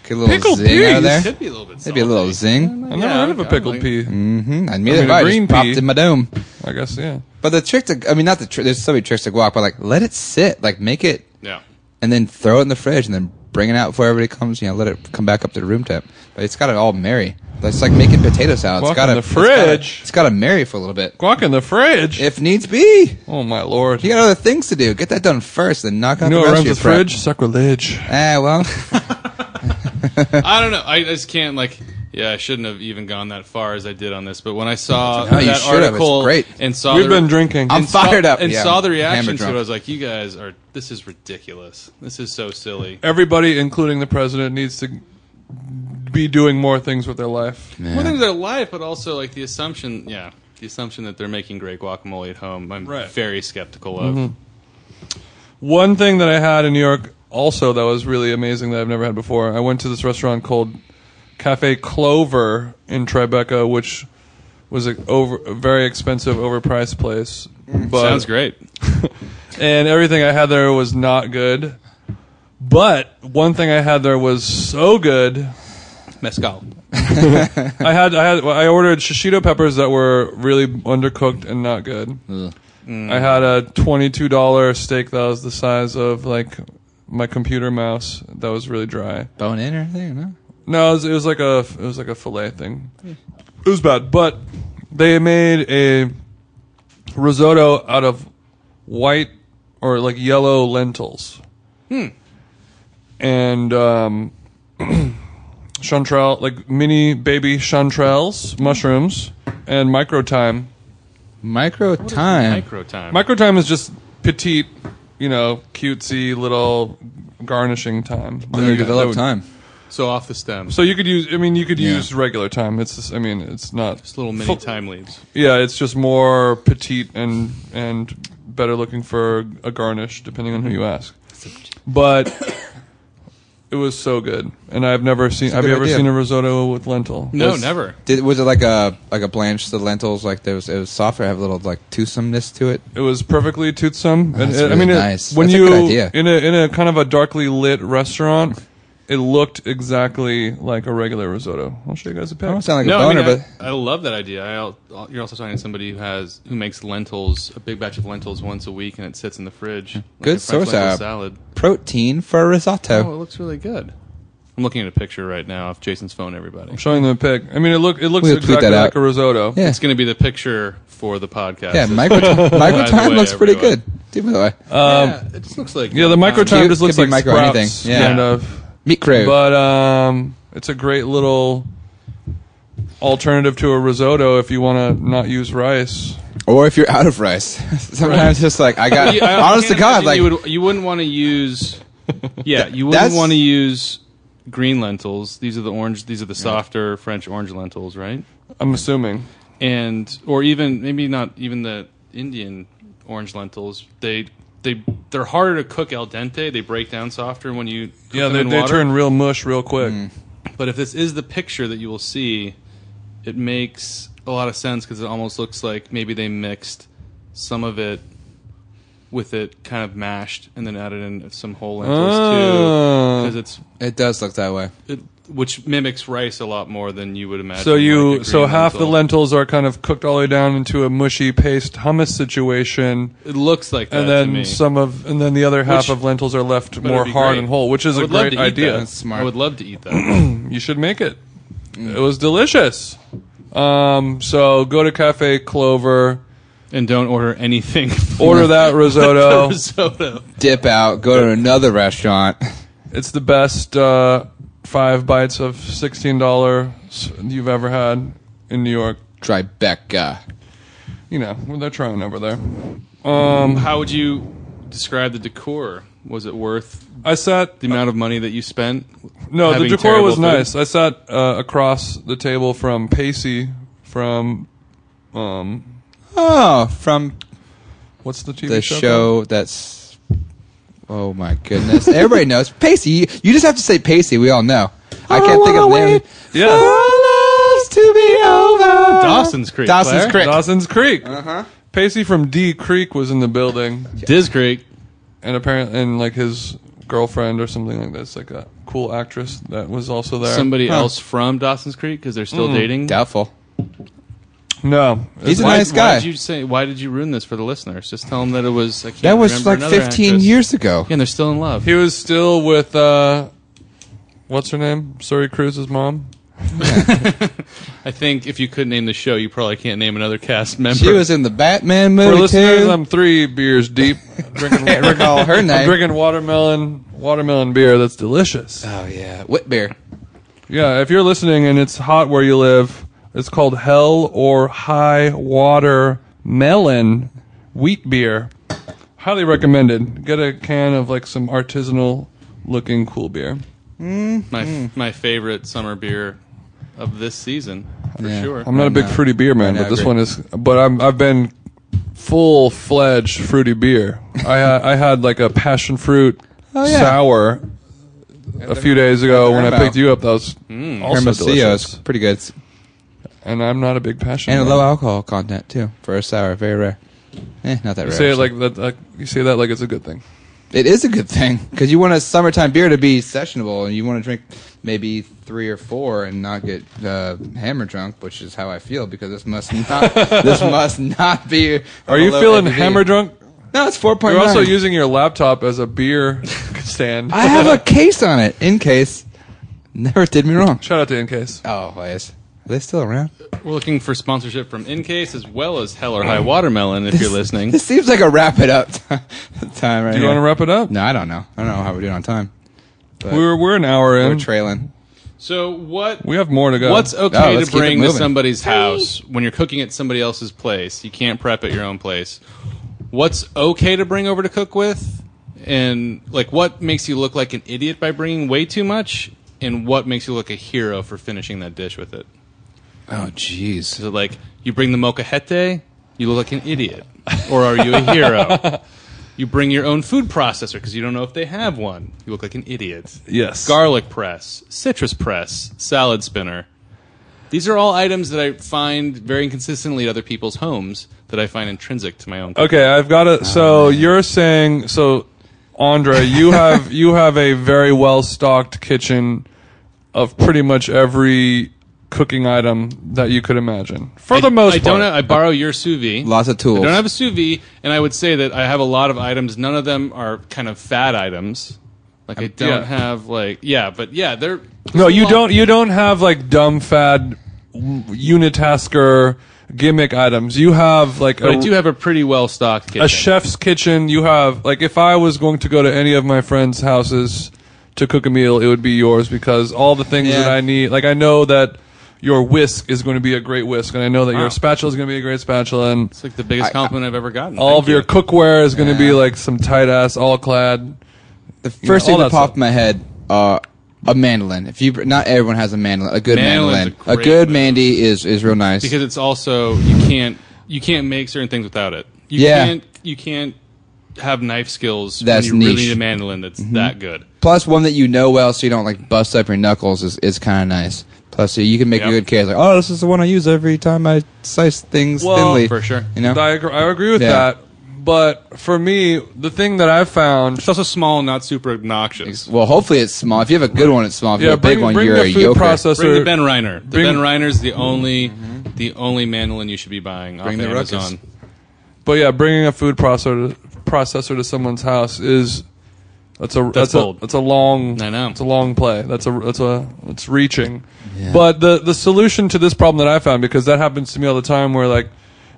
Speaker 1: Get a little
Speaker 3: Pickled
Speaker 1: zing out
Speaker 3: peas?
Speaker 1: of there.
Speaker 4: Could be a little bit.
Speaker 1: Maybe a little
Speaker 4: salty.
Speaker 1: zing.
Speaker 3: I've never heard of a pickled pea.
Speaker 1: Mm-hmm. I'd mean,
Speaker 3: mean,
Speaker 1: if
Speaker 3: a
Speaker 1: I
Speaker 3: green
Speaker 1: just popped
Speaker 3: pea.
Speaker 1: in my dome.
Speaker 3: I guess yeah.
Speaker 1: But the trick to, I mean, not the trick, there's so many tricks to guac, but like, let it sit, like, make it,
Speaker 4: Yeah.
Speaker 1: and then throw it in the fridge and then bring it out before everybody comes, you know, let it come back up to room temp. But it's got to all marry. It's like making potato salad.
Speaker 3: Guac
Speaker 1: It's got to,
Speaker 3: in the fridge?
Speaker 1: It's got to marry for a little bit.
Speaker 3: Guac in the fridge.
Speaker 1: If needs be.
Speaker 3: oh my lord.
Speaker 1: You got other things to do. Get that done first, then knock out
Speaker 3: You know
Speaker 1: the
Speaker 3: what
Speaker 1: rest
Speaker 3: runs
Speaker 1: of your
Speaker 3: with
Speaker 1: prep.
Speaker 3: fridge? Sacrilege.
Speaker 1: Ah, well,
Speaker 4: I don't know. I just can't like. Yeah, I shouldn't have even gone that far as I did on this. But when I saw
Speaker 1: No, you
Speaker 4: that
Speaker 1: should have. It's
Speaker 4: article
Speaker 1: great.
Speaker 4: and saw
Speaker 3: We've
Speaker 4: the-
Speaker 3: been drinking.
Speaker 1: I'm
Speaker 4: and saw-
Speaker 1: fired up.
Speaker 4: and
Speaker 1: Yeah,
Speaker 4: saw the
Speaker 1: I'm hammer
Speaker 4: reaction to it, I
Speaker 1: drunk.
Speaker 4: was like, "You guys are. This is ridiculous. This is so silly."
Speaker 3: Everybody, including the president, needs to be doing more things with their life.
Speaker 4: One thing their life, but also like the assumption. Yeah, the assumption that they're making great guacamole at home. I'm
Speaker 3: Right.
Speaker 4: very skeptical of.
Speaker 1: Mm-hmm.
Speaker 3: One thing that I had in New York also that was really amazing that I've never had before. I went to this restaurant called Cafe Clover in Tribeca, which was a over a very expensive, overpriced place. But
Speaker 4: Mm, Sounds great.
Speaker 3: and everything I had there was not good. But one thing I had there was so good.
Speaker 4: Mezcal.
Speaker 3: I had I had I ordered shishito peppers that were really undercooked and not good. I had a twenty-two dollar steak that was the size of like my computer mouse that was really dry.
Speaker 1: bone in or anything? No.
Speaker 3: No, it was, it was like a it was like a fillet thing. It was bad, but they made a risotto out of white or like yellow lentils. Hmm. And um, chanterelle, like mini baby chanterelles, mushrooms, and micro thyme.
Speaker 1: Micro time.
Speaker 4: Micro time.
Speaker 3: Micro thyme is just petite, you know, cutesy little garnishing thyme. That
Speaker 1: Under
Speaker 3: you- that
Speaker 1: developed
Speaker 3: would-
Speaker 1: time.
Speaker 4: so off the stem.
Speaker 3: So you could use. I mean, you could
Speaker 1: Yeah.
Speaker 3: use regular time. It's. Just, I mean, it's not.
Speaker 4: Just little mini
Speaker 3: Full-
Speaker 4: time leaves.
Speaker 3: Yeah, it's just more petite and and better looking for a garnish, depending on who you ask. But it was so good, and I've never seen. Have
Speaker 1: good
Speaker 3: you ever
Speaker 1: idea.
Speaker 3: seen a risotto with lentil?
Speaker 4: No,
Speaker 3: It's-
Speaker 4: never.
Speaker 1: Did was it like a like a blanched the lentils like there was it was softer have a little like twosomeness to it?
Speaker 3: It was perfectly toothsome. and
Speaker 1: that's
Speaker 3: it- I mean,
Speaker 1: really
Speaker 3: it-
Speaker 1: nice.
Speaker 3: when
Speaker 1: That's a
Speaker 3: you
Speaker 1: good idea.
Speaker 3: in a in a kind of a darkly lit restaurant, it looked exactly like a regular risotto. I'll show you guys a
Speaker 1: I
Speaker 3: picture.
Speaker 1: don't sound like
Speaker 4: No,
Speaker 1: a
Speaker 4: I,
Speaker 1: boner,
Speaker 4: mean,
Speaker 1: but
Speaker 4: I, I love that idea. I, al- you're also talking to somebody who has who makes lentils, a big batch of lentils once a week, and it sits in the fridge. like
Speaker 1: Good
Speaker 4: a French
Speaker 1: source
Speaker 4: lentil
Speaker 1: app.
Speaker 4: salad.
Speaker 1: protein for
Speaker 4: Oh,
Speaker 1: risotto.
Speaker 4: it looks really good. I'm looking at a picture right now of Jason's phone. Everybody,
Speaker 1: Oh,
Speaker 3: I'm showing them a pic. I mean, it look it looks
Speaker 1: We'll tweet
Speaker 3: exactly
Speaker 1: that out.
Speaker 3: like a risotto.
Speaker 1: yeah,
Speaker 4: it's going to be the picture for the podcast.
Speaker 1: yeah. Micro micro
Speaker 4: the
Speaker 1: time
Speaker 4: way,
Speaker 1: looks pretty
Speaker 4: everyone.
Speaker 1: good. Dude, by the way,
Speaker 4: Yeah, Um, it just looks like
Speaker 3: Um,
Speaker 4: um,
Speaker 3: Yeah, the micro time
Speaker 1: Cute,
Speaker 3: just looks
Speaker 1: could
Speaker 3: like
Speaker 1: be micro
Speaker 3: sprouts,
Speaker 1: anything, yeah.
Speaker 3: kind of.
Speaker 1: meat crew.
Speaker 3: But um, it's a great little alternative to a risotto if you want to not use rice.
Speaker 1: or if you're out of rice, sometimes just like I got.
Speaker 4: Yeah, I
Speaker 1: honest to
Speaker 4: can't
Speaker 1: God,
Speaker 4: imagine
Speaker 1: like
Speaker 4: you, would, you wouldn't want to use. Yeah, you wouldn't
Speaker 1: That's-
Speaker 4: want to use green lentils. These are the orange. These are the softer French orange lentils, right?
Speaker 3: I'm assuming.
Speaker 4: and or even maybe not even the Indian orange lentils. They they they're harder to cook al dente. They break down softer when you cook
Speaker 3: Yeah,
Speaker 4: them
Speaker 3: they,
Speaker 4: in
Speaker 3: they
Speaker 4: water.
Speaker 3: turn real mush real quick.
Speaker 1: Mm.
Speaker 4: But if this is the picture that you will see, it makes a lot of sense because it almost looks like maybe they mixed some of it with it kind of mashed and then added in some whole lentils
Speaker 3: Oh.
Speaker 4: too because it's
Speaker 1: it does look that way.
Speaker 4: it, which mimics rice a lot more than you would imagine.
Speaker 3: So you
Speaker 4: like a
Speaker 3: so
Speaker 4: green
Speaker 3: half the
Speaker 4: lentil.
Speaker 3: lentils are kind of cooked all the way down into a mushy paste hummus situation,
Speaker 4: it looks like that
Speaker 3: and
Speaker 4: to me.
Speaker 3: then some of and then the other half
Speaker 4: Which-
Speaker 3: of lentils are left
Speaker 4: it'd
Speaker 3: more
Speaker 4: be
Speaker 3: hard
Speaker 4: great.
Speaker 3: and whole, which is
Speaker 4: I
Speaker 3: a
Speaker 4: would love
Speaker 3: great
Speaker 4: to eat
Speaker 3: idea.
Speaker 4: that.
Speaker 1: That's smart.
Speaker 4: I would love to eat that.
Speaker 3: You should make it. It was delicious. Um, so go to Cafe Clover,
Speaker 4: and don't order anything.
Speaker 3: order that risotto.
Speaker 4: Risotto.
Speaker 1: Dip out, go to another restaurant.
Speaker 3: It's the best uh, five bites of sixteen dollars you've ever had in New York.
Speaker 1: Tribeca.
Speaker 3: You know well, they're trying over there.
Speaker 4: How would you describe the decor? Was it worth
Speaker 3: I sat
Speaker 4: the amount of money that you spent?
Speaker 3: No, the
Speaker 4: having
Speaker 3: decor was
Speaker 4: terrible food?
Speaker 3: nice. I sat uh, across the table from Pacey from um
Speaker 1: Oh, from
Speaker 3: what's the TV
Speaker 1: the
Speaker 3: show?
Speaker 1: show that's oh my goodness everybody knows pacey you, you just have to say pacey we all know i can't think of the name
Speaker 3: called? Yeah,
Speaker 1: loves to be over
Speaker 4: Dawson's Creek. Uh-huh.
Speaker 1: dawson's
Speaker 4: Claire.
Speaker 1: creek
Speaker 3: Dawson's Creek. Pacey from D Creek was in the building,
Speaker 4: Diz Creek.
Speaker 3: and apparently, and like his girlfriend or something like this, like a cool actress that was also there.
Speaker 4: Hmm. Somebody else from Dawson's Creek because they're still dating.
Speaker 1: doubtful
Speaker 3: No,
Speaker 1: He's a
Speaker 4: why,
Speaker 1: nice
Speaker 4: Why
Speaker 1: guy.
Speaker 4: did you say? Why did you ruin this for the listeners? Just tell them that it was. I can't
Speaker 1: that was
Speaker 4: remember
Speaker 1: like
Speaker 4: another
Speaker 1: 15
Speaker 4: actress.
Speaker 1: years ago.
Speaker 4: Yeah, and they're still in love.
Speaker 3: he was still with uh, what's her name? Surrey Cruz's mom.
Speaker 4: I think if you could name the show, you probably can't name another cast member.
Speaker 1: She was in the Batman movie
Speaker 3: For listeners,
Speaker 1: too.
Speaker 3: I'm three beers deep. drinking,
Speaker 1: Can't recall her
Speaker 3: I'm
Speaker 1: name.
Speaker 3: drinking watermelon watermelon beer. That's delicious.
Speaker 1: oh yeah, Whitbeer.
Speaker 3: Yeah, if you're listening and it's hot where you live, it's called Hell or High Water Melon Wheat Beer. Highly recommended. Get a can of like some artisanal looking cool beer.
Speaker 4: my
Speaker 1: Mm.
Speaker 4: my favorite summer beer of this season for
Speaker 1: Yeah.
Speaker 4: sure.
Speaker 3: I'm not a big
Speaker 1: now.
Speaker 3: fruity beer man,
Speaker 1: Right
Speaker 3: but
Speaker 1: now,
Speaker 3: this
Speaker 1: great.
Speaker 3: one is. But I'm I've been full fledged fruity beer. I ha- I had like a passion fruit
Speaker 1: Oh, yeah.
Speaker 3: sour a few days ago when I
Speaker 1: Herbo.
Speaker 3: picked you up. That was
Speaker 1: Mm.
Speaker 3: also
Speaker 1: Hermosillo is
Speaker 3: delicious.
Speaker 1: pretty good,
Speaker 3: And I'm not a big passion.
Speaker 1: and a
Speaker 3: man.
Speaker 1: low alcohol content too for a sour, very rare. Eh, not that rare.
Speaker 3: You say it
Speaker 1: actually.
Speaker 3: like that. Like, you say that like it's a good thing.
Speaker 1: It is a good thing because you want a summertime beer to be sessionable, and you want to drink maybe three or four and not get uh, hammer drunk, which is how I feel because this must not this must not be.
Speaker 3: Are you feeling hammer drunk?
Speaker 1: No, it's four point
Speaker 3: You're also
Speaker 1: nine.
Speaker 3: using your laptop as a beer stand.
Speaker 1: I have a case on it in case. Never did me wrong.
Speaker 3: Shout out to Incase.
Speaker 1: Oh, yes. Are they still around?
Speaker 4: We're looking for sponsorship from Incase as well as Hell or High Watermelon. If you're listening,
Speaker 1: This seems like a wrap it up time right
Speaker 3: Do you want to wrap it up?
Speaker 1: No, I don't know. I don't know how we're doing on time.
Speaker 3: We're we're an hour
Speaker 1: We're
Speaker 3: in.
Speaker 1: trailing.
Speaker 4: so what?
Speaker 3: We have more to go.
Speaker 4: What's
Speaker 1: No, Oh,
Speaker 4: okay
Speaker 1: let's
Speaker 4: to
Speaker 1: keep it
Speaker 4: bring to
Speaker 1: moving.
Speaker 4: somebody's house when you're cooking at somebody else's place? You can't prep at your own place. What's okay to bring over to cook with? And like, what makes you look like an idiot by bringing way too much? And what makes you look a hero for finishing that dish with it?
Speaker 1: Oh, jeez.
Speaker 4: Is it like you bring the mocajete, you look like an idiot, or are you a hero? you bring your own food processor because you don't know if they have one. You look like an idiot.
Speaker 3: yes?
Speaker 4: Garlic press, citrus press, salad spinner. These are all items that I find very inconsistently at other people's homes that I find intrinsic to my own.
Speaker 3: Okay, I've got it. So you're saying so, Andre, you have you have a very well stocked kitchen of pretty much every cooking item that you could imagine. For the most
Speaker 4: I
Speaker 3: part,
Speaker 4: don't. Have, I borrow your sous vide.
Speaker 1: Lots of tools.
Speaker 4: I don't have a sous vide, and I would say that I have a lot of items. None of them are kind of fad items. Like I don't
Speaker 3: Um, yeah.
Speaker 4: have like yeah, but yeah, they're
Speaker 3: No, you
Speaker 4: Well-
Speaker 3: don't. You don't have like dumb fad unitasker gimmick items. You have like
Speaker 4: But
Speaker 3: a,
Speaker 4: I do have a pretty well stocked kitchen.
Speaker 3: a chef's kitchen. You have like if I was going to go to any of my friends' houses to cook a meal, it would be yours because all the things
Speaker 1: Yeah.
Speaker 3: that I need. Like I know that your whisk is going to be a great whisk, and I know that your spatula is going to be a great spatula, and
Speaker 4: it's like the biggest compliment I, have ever gotten.
Speaker 3: all
Speaker 4: Thank
Speaker 3: of your
Speaker 4: you.
Speaker 3: cookware is going to be like some tight ass all clad.
Speaker 1: The first
Speaker 3: all
Speaker 1: thing
Speaker 3: that
Speaker 1: that popped in my head, uh, a mandolin. If you, br- not everyone has a mandolin. A good
Speaker 4: Mandolin's
Speaker 1: mandolin,
Speaker 4: a
Speaker 1: a,
Speaker 4: great
Speaker 1: good
Speaker 4: move.
Speaker 1: mandy is is real nice.
Speaker 4: because it's also you can't you can't make certain things without it. You
Speaker 1: Yeah.
Speaker 4: can't you can't have knife skills
Speaker 1: That's
Speaker 4: when
Speaker 1: niche. Mm-hmm.
Speaker 4: you really need a mandolin that's that good.
Speaker 1: Plus, one that you know well, so you don't like bust up your knuckles is, is kind of nice. Plus, you can make
Speaker 4: Yep.
Speaker 1: a good case like, oh, this is the one I use every time I slice things
Speaker 3: Well,
Speaker 1: thinly.
Speaker 4: for sure.
Speaker 1: you know.
Speaker 3: I agree, I agree with
Speaker 1: Yeah.
Speaker 3: that, but for me, the thing that I found.
Speaker 4: It's also small, not super obnoxious.
Speaker 1: Well, hopefully it's small. If you have a good one, it's small. If you
Speaker 3: Yeah,
Speaker 1: have a
Speaker 3: bring,
Speaker 1: big one,
Speaker 3: bring
Speaker 1: you're
Speaker 3: the
Speaker 1: a
Speaker 3: food
Speaker 1: yoker.
Speaker 3: processor.
Speaker 4: Bring the Ben Reiner. The
Speaker 3: bring-
Speaker 4: Ben Reiner's the only the only mandolin you should be buying off
Speaker 1: Mm-hmm. Bring the ruckus.
Speaker 4: Amazon.
Speaker 3: But yeah, bringing a food processor processor to someone's house is that's a that's, a
Speaker 4: bold.
Speaker 3: that's a long
Speaker 4: I know.
Speaker 3: it's a long play. That's a that's a it's reaching.
Speaker 1: Yeah.
Speaker 3: But the the solution to this problem that I found because that happens to me all the time where like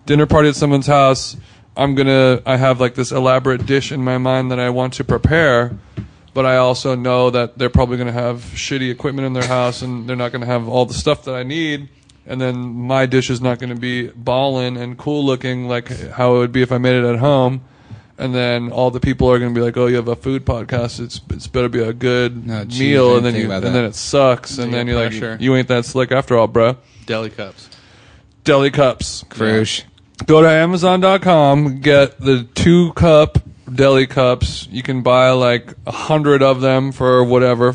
Speaker 3: dinner party at someone's house, I'm gonna I have like this elaborate dish in my mind that I want to prepare. But I also know that they're probably going to have shitty equipment in their house, and they're not going to have all the stuff that I need. And then my dish is not going to be ballin' and cool looking like how it would be if I made it at home. And then all the people are going to be like, "Oh, you have a food podcast. It's it's better be a good
Speaker 1: No, geez, I
Speaker 3: meal."
Speaker 1: didn't
Speaker 3: And then
Speaker 1: think
Speaker 3: you
Speaker 1: about
Speaker 3: and
Speaker 1: that.
Speaker 3: then it sucks. And
Speaker 4: Yeah,
Speaker 3: then you're like,
Speaker 4: pressure.
Speaker 3: "You ain't that slick after all, bruh."
Speaker 4: Deli cups.
Speaker 3: Deli cups.
Speaker 1: Crush.
Speaker 3: Go to Amazon.com. Get the two cup deli cups. You can buy like a hundred of them for whatever.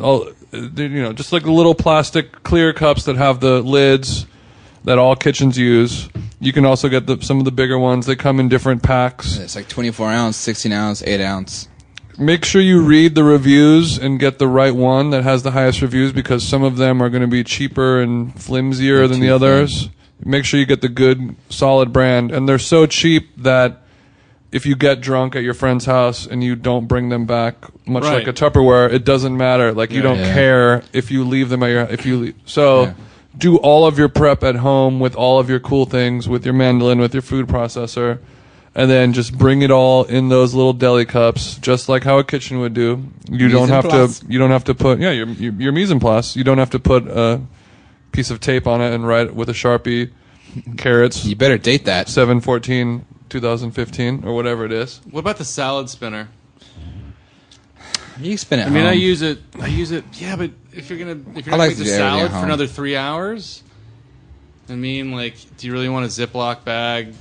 Speaker 3: All, you know, just like the little plastic clear cups that have the lids that all kitchens use. You can also get the, some of the bigger ones. They come in different packs.
Speaker 1: It's like 24 ounce, 16 ounce, 8 ounce.
Speaker 3: make sure you read the reviews and get the right one that has the highest reviews because some of them are going to be cheaper and flimsier than the others. Make sure you get the good, solid brand. And they're so cheap that if you get drunk at your friend's house and you don't bring them back, much
Speaker 4: Right.
Speaker 3: like a Tupperware, it doesn't matter. Like you
Speaker 4: Yeah.
Speaker 3: don't
Speaker 1: Yeah.
Speaker 3: care if you leave them at your if you leave. so.
Speaker 1: Yeah.
Speaker 3: Do all of your prep at home with all of your cool things, with your mandolin, with your food processor, and then just bring it all in those little deli cups, just like how a kitchen would do. You
Speaker 1: Mise
Speaker 3: don't
Speaker 1: en
Speaker 3: have
Speaker 1: place.
Speaker 3: to. You don't have to put yeah your your, your mise en place. You don't have to put a piece of tape on it and write with a sharpie carrots
Speaker 1: You better date that.
Speaker 3: 714 2015 or whatever it is.
Speaker 4: What about the salad spinner?
Speaker 1: You can spin it.
Speaker 4: I mean, I use it. I use it. Yeah, but if you're gonna if
Speaker 1: Um,
Speaker 4: you're
Speaker 1: I
Speaker 4: gonna
Speaker 1: like
Speaker 4: make
Speaker 1: to
Speaker 4: the
Speaker 1: do everything at
Speaker 4: salad for
Speaker 1: home.
Speaker 4: another three hours, I mean, like, do you really want a Ziploc bag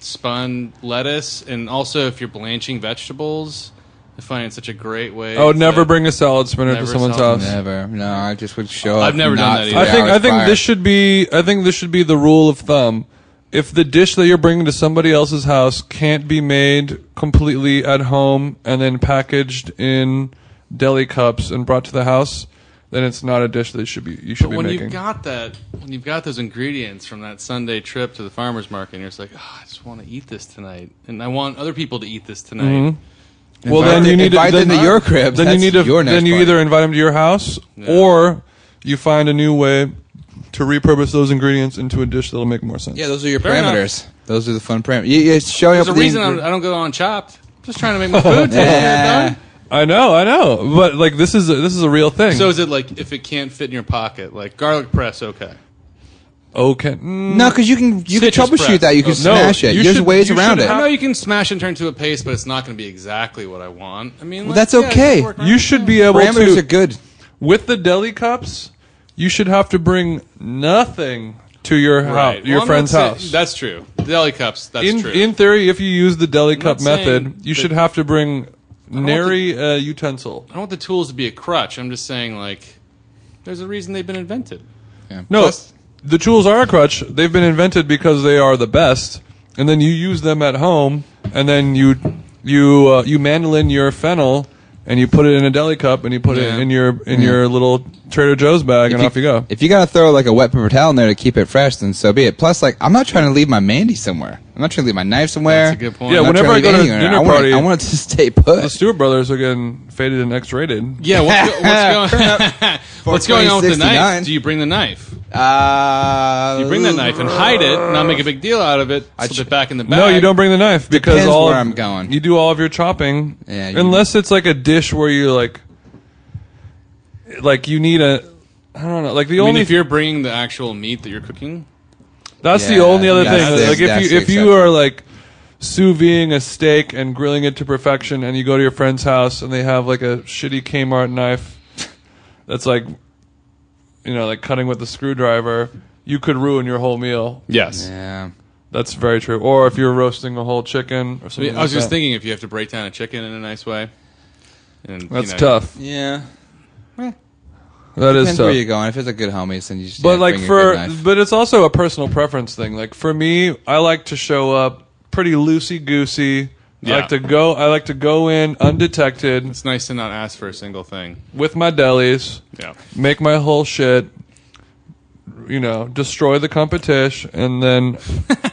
Speaker 4: spun lettuce? And also, if you're blanching vegetables, I find it such a great way.
Speaker 3: I would
Speaker 4: to-
Speaker 3: never bring a salad spinner to
Speaker 4: Never
Speaker 3: someone's
Speaker 4: salad
Speaker 3: house.
Speaker 1: never. No, I just would show up.
Speaker 4: I've never done
Speaker 1: not
Speaker 4: that
Speaker 1: three
Speaker 4: either.
Speaker 3: I think
Speaker 1: hours
Speaker 3: I think
Speaker 1: prior.
Speaker 3: this should be I think this should be the rule of thumb. If the dish that you're bringing to somebody else's house can't be made completely at home and then packaged in deli cups and brought to the house, then it's not a dish that should be you should
Speaker 4: But
Speaker 3: be
Speaker 4: when
Speaker 3: making.
Speaker 4: you've got that, when you've got those ingredients from that Sunday trip to the farmer's market, and you're just like, oh, I just want to eat this tonight, and I want other people to eat this tonight.
Speaker 1: Mm-hmm.
Speaker 3: well,
Speaker 1: Invite
Speaker 3: then
Speaker 1: the-
Speaker 3: you need
Speaker 1: invite
Speaker 3: to, then,
Speaker 1: them to your crib.
Speaker 3: Then
Speaker 1: That's
Speaker 3: you need to
Speaker 1: your next
Speaker 3: then you
Speaker 1: party.
Speaker 3: either invite them to your house or you find a new way to repurpose those ingredients into a dish that'll make more sense.
Speaker 1: Yeah, those are your
Speaker 4: Fair enough.
Speaker 1: parameters. Those are the fun parameters. You, you show
Speaker 4: There's a
Speaker 1: up. with the
Speaker 4: reason I'm,
Speaker 1: ingre-
Speaker 4: I don't go on Chopped. I'm just trying to make my food taste good,
Speaker 1: Yeah.
Speaker 4: dog.
Speaker 3: I know, I know, but like this is a, this is a real thing.
Speaker 4: So is it like if it can't fit in your pocket, like garlic press? Okay,
Speaker 3: okay, mm,
Speaker 1: No, because you can you can
Speaker 4: Citrus
Speaker 1: troubleshoot
Speaker 4: press.
Speaker 1: that. You
Speaker 4: Oh,
Speaker 1: can
Speaker 4: no,
Speaker 1: smash it.
Speaker 3: you
Speaker 1: There's
Speaker 3: should-
Speaker 1: ways
Speaker 3: you should
Speaker 1: around it.
Speaker 4: I
Speaker 3: have-
Speaker 4: know you can smash and turn into a paste, but it's not going to be exactly what I want. I mean, like,
Speaker 1: that's
Speaker 4: yeah, it could
Speaker 1: okay.
Speaker 4: work, right?
Speaker 3: you should be able
Speaker 1: Parameters
Speaker 3: to
Speaker 1: are good.
Speaker 3: with the deli cups. You should have to bring nothing to your house,
Speaker 4: Right.
Speaker 3: your
Speaker 4: Well, I'm
Speaker 3: friend's
Speaker 4: not saying-
Speaker 3: house.
Speaker 4: That's true. Deli cups. That's
Speaker 3: in
Speaker 4: true.
Speaker 3: in theory, if you use the deli cup
Speaker 4: not saying
Speaker 3: method, you
Speaker 4: that-
Speaker 3: should have to bring
Speaker 4: want
Speaker 3: nary a utensil.
Speaker 4: I don't want the tools to be a crutch. I'm just saying, like, there's a reason they've been invented.
Speaker 3: No,
Speaker 1: Plus-
Speaker 3: the tools are a crutch. They've been invented because they are the best, and then you use them at home, and then you you uh, you mandolin your fennel, and you put it in a deli cup, and you put
Speaker 4: Yeah.
Speaker 3: it in your in your little Trader Joe's bag, and
Speaker 1: if
Speaker 3: off you go.
Speaker 1: If you gotta throw like a wet paper towel in there to keep it fresh, then so be it. Plus, like I'm not trying to leave my Mandy somewhere. I'm not trying to leave my knife somewhere.
Speaker 4: That's a good point.
Speaker 3: Yeah,
Speaker 1: I'm not
Speaker 3: whenever
Speaker 1: trying
Speaker 3: I go to
Speaker 1: leave anything.
Speaker 3: dinner
Speaker 1: I want,
Speaker 3: party-
Speaker 1: I want it to stay
Speaker 3: the
Speaker 1: put.
Speaker 3: Stewart brothers are getting faded and X-rated.
Speaker 4: Yeah, what's, go- what's going? what's going on with the knife?
Speaker 1: 420,
Speaker 4: Do you bring the knife?
Speaker 1: Uh,
Speaker 4: You bring the knife and hide it, not make a big deal out of it.
Speaker 1: I
Speaker 4: Slip
Speaker 1: ch-
Speaker 4: it back in the bag.
Speaker 3: No, you don't bring the knife because
Speaker 1: Depends
Speaker 3: all
Speaker 1: where
Speaker 3: of-
Speaker 1: I'm going.
Speaker 3: You do all of your chopping,
Speaker 1: Yeah, you-
Speaker 3: unless it's like a dish where you like, like you need a. I don't know. Like the
Speaker 4: I mean,
Speaker 3: only
Speaker 4: if you're bringing the actual meat that you're cooking,
Speaker 3: That's the
Speaker 1: Yeah,
Speaker 3: only other
Speaker 1: that's
Speaker 3: thing.
Speaker 1: the-
Speaker 3: like
Speaker 1: that's
Speaker 3: if
Speaker 1: the
Speaker 3: you if you
Speaker 1: exception.
Speaker 3: are like sous videing a steak and grilling it to perfection, and you go to your friend's house and they have like a shitty Kmart knife that's like, you know, like cutting with a screwdriver, you could ruin your whole meal.
Speaker 4: yes.
Speaker 1: Yeah.
Speaker 3: That's very true. Or if you're roasting a whole chicken or
Speaker 4: I,
Speaker 3: something.
Speaker 4: was
Speaker 3: like
Speaker 4: just
Speaker 3: that.
Speaker 4: thinking if you have to break down a chicken in a nice way. And, you
Speaker 3: That's
Speaker 4: know,
Speaker 3: tough.
Speaker 1: Yeah.
Speaker 3: That is
Speaker 1: Depends where you're
Speaker 3: tough.
Speaker 1: going. If it's a good homie, then you just
Speaker 3: But
Speaker 1: yeah,
Speaker 3: like
Speaker 1: bring your good
Speaker 3: for
Speaker 1: knife.
Speaker 3: but it's also a personal preference thing. Like for me, I like to show up pretty loosey goosey.
Speaker 4: Yeah.
Speaker 3: I like to go. I like to go in undetected.
Speaker 4: It's nice to not ask for a single thing.
Speaker 3: with my delis,
Speaker 4: Yeah.
Speaker 3: make my whole shit, you know, destroy the competition, and then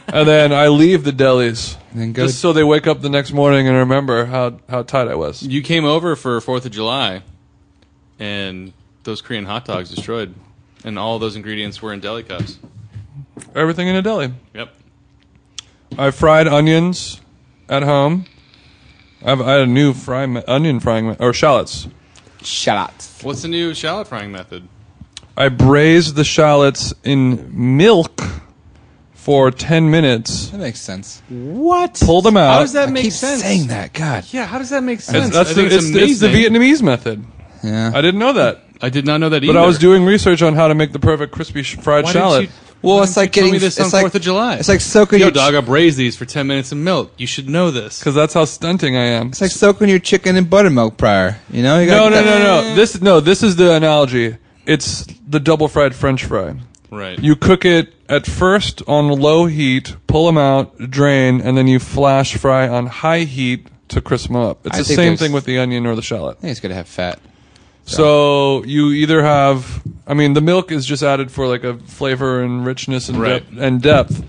Speaker 3: and then I leave the delis.
Speaker 1: Then go-
Speaker 3: just so they wake up the next morning and remember how, how tight I was.
Speaker 4: You came over for Fourth of July, and those Korean hot dogs destroyed, and all those ingredients were in deli cups.
Speaker 3: Everything in a deli.
Speaker 4: Yep.
Speaker 3: I fried onions at home. I've, I had a new fry me- onion frying me- or shallots.
Speaker 1: shallots.
Speaker 4: What's the new shallot frying method?
Speaker 3: I braised the shallots in milk for ten minutes.
Speaker 1: That makes sense.
Speaker 4: What?
Speaker 3: Pull them out.
Speaker 4: How does that
Speaker 1: I
Speaker 4: make
Speaker 1: keep
Speaker 4: sense?
Speaker 1: saying that. God.
Speaker 4: Yeah. How does that make
Speaker 3: It's,
Speaker 4: sense?
Speaker 3: that's
Speaker 4: I
Speaker 3: the,
Speaker 4: think
Speaker 3: it's, the- it's the
Speaker 4: amazing.
Speaker 3: Vietnamese method.
Speaker 1: Yeah.
Speaker 3: I didn't know that.
Speaker 4: I did not know that either.
Speaker 3: But I was doing research on how to make the perfect crispy sh- fried
Speaker 4: Why didn't
Speaker 3: shallot.
Speaker 4: you-
Speaker 1: well,
Speaker 4: why
Speaker 1: it's
Speaker 4: didn't
Speaker 1: like
Speaker 4: you tell
Speaker 1: getting
Speaker 4: me this
Speaker 1: it's
Speaker 4: on
Speaker 1: like,
Speaker 4: Fourth of July.
Speaker 1: It's like soaking
Speaker 4: Yo,
Speaker 1: your
Speaker 4: dog, I braised these for ten minutes in milk. You should know this.
Speaker 3: Because that's how stunting I am.
Speaker 1: it's like soaking your chicken in buttermilk prior. You know? You gotta
Speaker 3: No, no,
Speaker 1: get
Speaker 3: no,
Speaker 1: that-
Speaker 3: no. This no. This is the analogy. It's the double fried French fry.
Speaker 4: Right.
Speaker 3: You cook it at first on low heat, pull them out, drain, and then you flash fry on high heat to crisp them up. It's
Speaker 1: I
Speaker 3: the
Speaker 1: think
Speaker 3: same
Speaker 1: there's-
Speaker 3: thing with the onion or the shallot.
Speaker 1: I think it's gonna have fat.
Speaker 3: So you either have, I mean, the milk is just added for like a flavor and richness and
Speaker 4: Right.
Speaker 3: depth, and depth.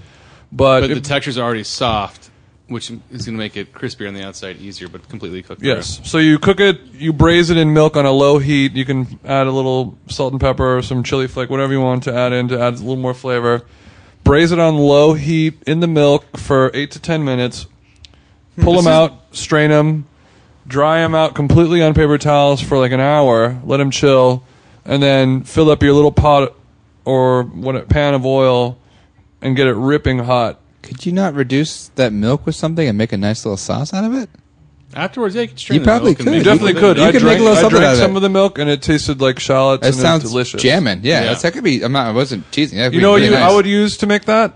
Speaker 3: But,
Speaker 4: But the
Speaker 3: if-
Speaker 4: texture's already soft, which is going to make it crispier on the outside, easier, but completely cooked. through.
Speaker 3: yes, so you cook it, you braise it in milk on a low heat. You can add a little salt and pepper, some chili flake, whatever you want to add in to add a little more flavor. Braise it on low heat in the milk for eight to ten minutes.
Speaker 1: Hmm,
Speaker 3: Pull them out, strain them, dry them out completely on paper towels for like an hour, let them chill, and then fill up your little pot or what pan of oil and get it ripping hot.
Speaker 1: Could you not reduce that milk with something and make a nice little sauce out of it?
Speaker 4: Afterwards, yeah, you could strain
Speaker 1: You
Speaker 4: the
Speaker 1: probably
Speaker 4: milk and
Speaker 1: could.
Speaker 4: make
Speaker 1: You
Speaker 3: You
Speaker 4: it
Speaker 3: definitely
Speaker 4: with it.
Speaker 3: could.
Speaker 1: You
Speaker 3: I
Speaker 1: could make a
Speaker 3: drank,
Speaker 1: little
Speaker 3: I
Speaker 1: something out
Speaker 3: drank
Speaker 1: of
Speaker 3: some
Speaker 1: it.
Speaker 3: of the milk and it tasted like shallots
Speaker 1: That
Speaker 3: and
Speaker 1: sounds
Speaker 3: it was delicious.
Speaker 1: jamming. Yeah,
Speaker 4: Yeah.
Speaker 1: that's- that could be. I'm not. I wasn't teasing. That could
Speaker 3: You
Speaker 1: be
Speaker 3: know what
Speaker 1: really
Speaker 3: you,
Speaker 1: nice.
Speaker 3: I would use to make that?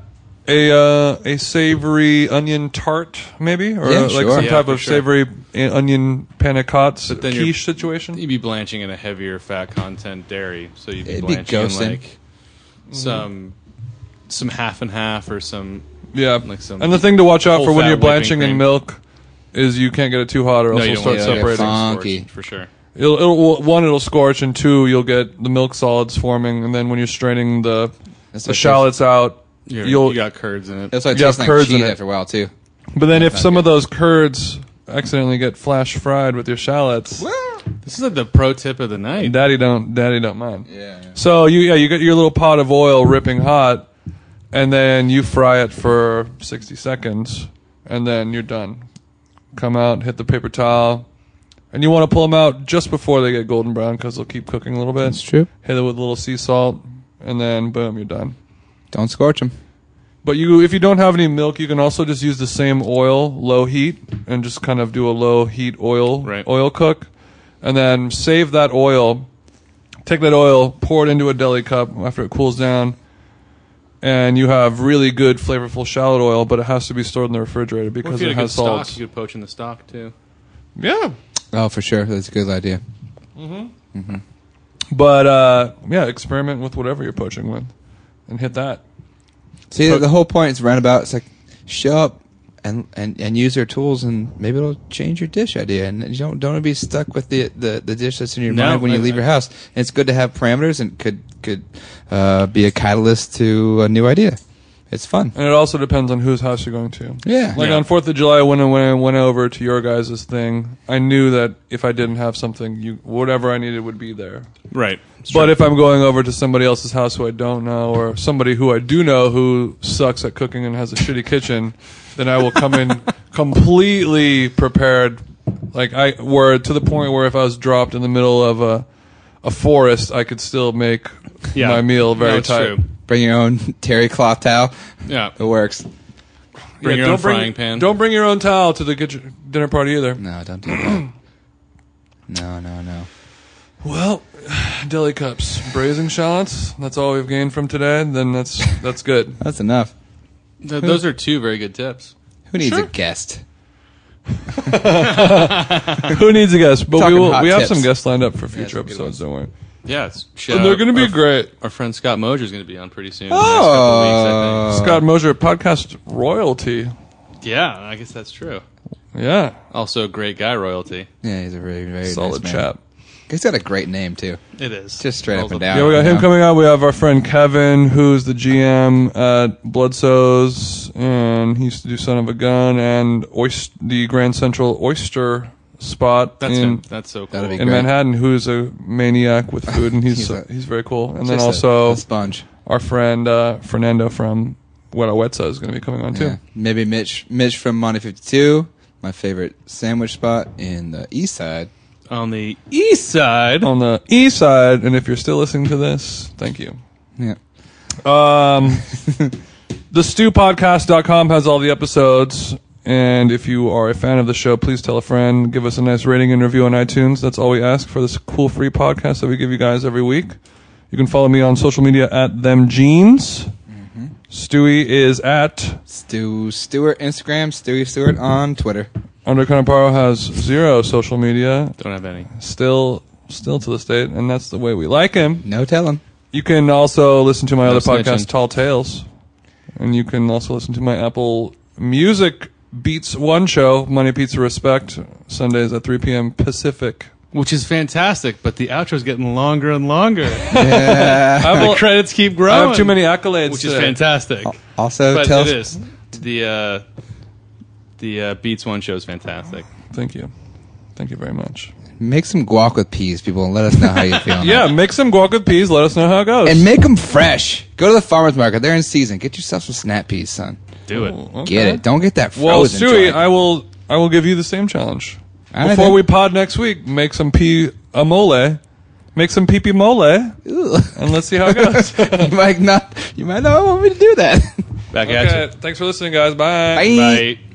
Speaker 3: A uh, a savory onion tart, maybe? Or
Speaker 1: Yeah,
Speaker 3: uh, like
Speaker 1: sure.
Speaker 3: some
Speaker 4: Yeah,
Speaker 3: type
Speaker 4: for
Speaker 3: of
Speaker 4: sure.
Speaker 3: savory uh, onion panna cotta
Speaker 4: then you're-
Speaker 3: quiche situation?
Speaker 4: You'd be blanching in a heavier fat content dairy, so you'd be
Speaker 1: It'd be
Speaker 4: blanching in
Speaker 1: ghosting.
Speaker 4: like Mm-hmm. some some half and half or some.
Speaker 3: Yeah.
Speaker 4: Like some
Speaker 3: and the thing to watch out
Speaker 4: whole
Speaker 3: for when
Speaker 4: fat
Speaker 3: you're
Speaker 4: whipping
Speaker 3: blanching in
Speaker 4: cream.
Speaker 3: milk is you can't get it too hot or else
Speaker 4: you
Speaker 3: it'll
Speaker 4: don't
Speaker 3: start
Speaker 1: Yeah,
Speaker 4: want to get
Speaker 3: separating.
Speaker 1: fun.
Speaker 4: scorched,
Speaker 1: Funky.
Speaker 4: for sure.
Speaker 3: It'll, it'll, well, one, it'll scorch, and two, you'll get the milk solids forming. And then when you're straining the,
Speaker 1: That's
Speaker 3: the
Speaker 1: like-
Speaker 3: shallots out,
Speaker 4: You're,
Speaker 3: you'll
Speaker 4: you got curds in it.
Speaker 1: That's why it
Speaker 3: You have
Speaker 1: tastes like
Speaker 3: curds in
Speaker 1: cheese
Speaker 3: it.
Speaker 1: after a while too.
Speaker 3: But then if some of those curds accidentally get flash fried with your shallots,
Speaker 4: This is like the pro tip of the night.
Speaker 3: daddy don't daddy don't mind.
Speaker 1: Yeah.
Speaker 3: So you yeah, you get your little pot of oil ripping hot and then you fry it for 60 seconds and then you're done. Come out, hit the paper towel. And you want to pull them out just before they get golden brown cuz they'll keep cooking a little bit. That's
Speaker 1: true.
Speaker 3: Hit it with a little sea salt and then boom, you're done.
Speaker 1: Don't scorch them.
Speaker 3: But you, if you don't have any milk, you can also just use the same oil, low heat, and just kind of do a low heat oil
Speaker 4: Right.
Speaker 3: oil cook, and then save that oil. Take that oil, pour it into a deli cup after it cools down, and you have really good flavorful shallot oil. But it has to be stored in the refrigerator
Speaker 4: Or if
Speaker 3: because
Speaker 4: you
Speaker 3: it
Speaker 4: had a good
Speaker 3: has
Speaker 4: stock,
Speaker 3: salts.
Speaker 4: you could poach in the stock too.
Speaker 3: Yeah,
Speaker 1: Oh, for sure. That's a good idea.
Speaker 3: but uh, yeah, experiment with whatever you're poaching with, and hit that.
Speaker 1: See, the whole point is roundabout. It's like show up and, and, and use their tools, and maybe it'll change your dish idea. And you don't don't be stuck with the, the, the dish that's in your
Speaker 4: No,
Speaker 1: mind when you
Speaker 4: I-
Speaker 1: leave
Speaker 4: I-
Speaker 1: your house. And it's good to have parameters, and could could uh, be a catalyst to a new idea. It's fun.
Speaker 3: And it also depends on whose house you're going to.
Speaker 1: Yeah.
Speaker 3: Like
Speaker 4: Yeah.
Speaker 3: on Fourth of July, when I, when I went over to your guys' thing, I knew that if I didn't have something, you whatever I needed would be there.
Speaker 4: Right.
Speaker 3: But if I'm going over to somebody else's house who I don't know, or somebody who I do know who sucks at cooking and has a shitty kitchen, then I will come in completely prepared. Like I were to the point where if I was dropped in the middle of a a forest, I could still make my meal very
Speaker 4: No, it's
Speaker 3: tight. Oh.
Speaker 4: true.
Speaker 1: Bring your own terry cloth towel.
Speaker 4: Yeah.
Speaker 1: It works.
Speaker 4: Bring
Speaker 3: Yeah,
Speaker 4: your own
Speaker 3: don't bring-
Speaker 4: frying pan.
Speaker 3: Don't bring your own towel to the kitchen dinner party either.
Speaker 1: No, don't do that. no, no, no.
Speaker 3: Well, deli cups, braising shallots. That's all we've gained from today. Then that's that's good.
Speaker 1: That's enough.
Speaker 4: Th- those are two very good tips.
Speaker 1: Who needs
Speaker 3: Sure.
Speaker 1: a guest?
Speaker 3: Who needs a guest? But we
Speaker 1: Talking
Speaker 3: will,
Speaker 1: hot
Speaker 3: we have
Speaker 1: tips.
Speaker 3: some guests lined up for future
Speaker 1: some good
Speaker 3: episodes. Don't worry.
Speaker 4: Yeah, it's,
Speaker 3: And they're going to be great.
Speaker 4: Our friend Scott Mosier is going to be on pretty soon. in the next couple weeks, I
Speaker 1: Oh.
Speaker 4: think.
Speaker 3: Scott Mosier, podcast royalty.
Speaker 4: Yeah, I guess that's true.
Speaker 3: Yeah,
Speaker 4: Also, great guy royalty.
Speaker 1: Yeah, he's a very, very
Speaker 3: solid
Speaker 1: nice man.
Speaker 3: chap.
Speaker 1: He's got a great name too.
Speaker 4: It is
Speaker 1: Just straight up
Speaker 4: Rolls
Speaker 1: and down.
Speaker 3: Yeah, we got him
Speaker 1: Yeah.
Speaker 3: coming out. We have our friend Kevin, who's the GM at Bloodsoes, and he used to do Son of a Gun and Oyst- the Grand Central Oyster spot
Speaker 4: That's
Speaker 3: in
Speaker 4: him. That's so cool.
Speaker 1: That'd be
Speaker 3: in
Speaker 1: Great.
Speaker 3: Manhattan who's a maniac with food, and he's he's,
Speaker 1: He's a-
Speaker 3: very cool. And then
Speaker 1: Just a-
Speaker 3: also
Speaker 1: a sponge.
Speaker 3: our friend uh, Fernando from Wetawetsa is going to be coming on
Speaker 1: Yeah.
Speaker 3: too.
Speaker 1: Maybe Mitch, Mitch from Monte Fifty Two, my favorite sandwich spot in the East Side.
Speaker 4: on the east side.
Speaker 3: On the east side, and if you're still listening to this, thank you.
Speaker 1: Yeah,
Speaker 3: Um, the stewpodcast.com has all the episodes. And if you are a fan of the show, please tell a friend. Give us a nice rating and review on iTunes. That's all we ask for this cool free podcast that we give you guys every week. You can follow me on social media at themjeans. Stewie is at
Speaker 1: Stu Stewart Instagram, Stewie Stewart on Twitter.
Speaker 3: Undercurrent Paro has zero social media
Speaker 4: Don't have any.
Speaker 3: still still to this date, and that's the way we like him.
Speaker 1: No telling.
Speaker 3: You can also listen to my
Speaker 4: No
Speaker 3: other podcast,
Speaker 4: snitching.
Speaker 3: Tall Tales, and you can also listen to my Apple Music Beats One show, Money Pizza Respect, Sundays at 3 p.m. Pacific.
Speaker 4: which is fantastic. But the outro's getting longer and longer.
Speaker 3: I have,
Speaker 4: the
Speaker 3: a-
Speaker 4: credits keep
Speaker 3: I
Speaker 4: growing.
Speaker 3: have too many accolades.
Speaker 4: which is
Speaker 3: today.
Speaker 4: fantastic.
Speaker 1: Also,
Speaker 4: but
Speaker 1: tell
Speaker 4: it
Speaker 1: us-
Speaker 4: is the uh, the uh, Beats One show is fantastic.
Speaker 3: Thank you. Thank you very much.
Speaker 1: make some guac with peas, people, and let us know how you feel.
Speaker 3: Yeah, make some guac with peas. Let us know how it goes.
Speaker 1: and make them fresh. Go to the farmers market; they're in season. Get yourself some snap peas, son.
Speaker 4: Do it.
Speaker 3: Okay.
Speaker 1: Get it. Don't get that frozen.
Speaker 3: Well, Stewie,
Speaker 1: joint.
Speaker 3: I will. I will give you the same challenge.
Speaker 1: I
Speaker 3: Before
Speaker 1: think-
Speaker 3: we pod next week, make some pea a mole, make some pee pee mole, and let's see how it goes.
Speaker 1: you might not. You might not want me to do that.
Speaker 4: Back at
Speaker 3: okay, thanks for listening, guys.
Speaker 1: Bye.
Speaker 4: you. Bye.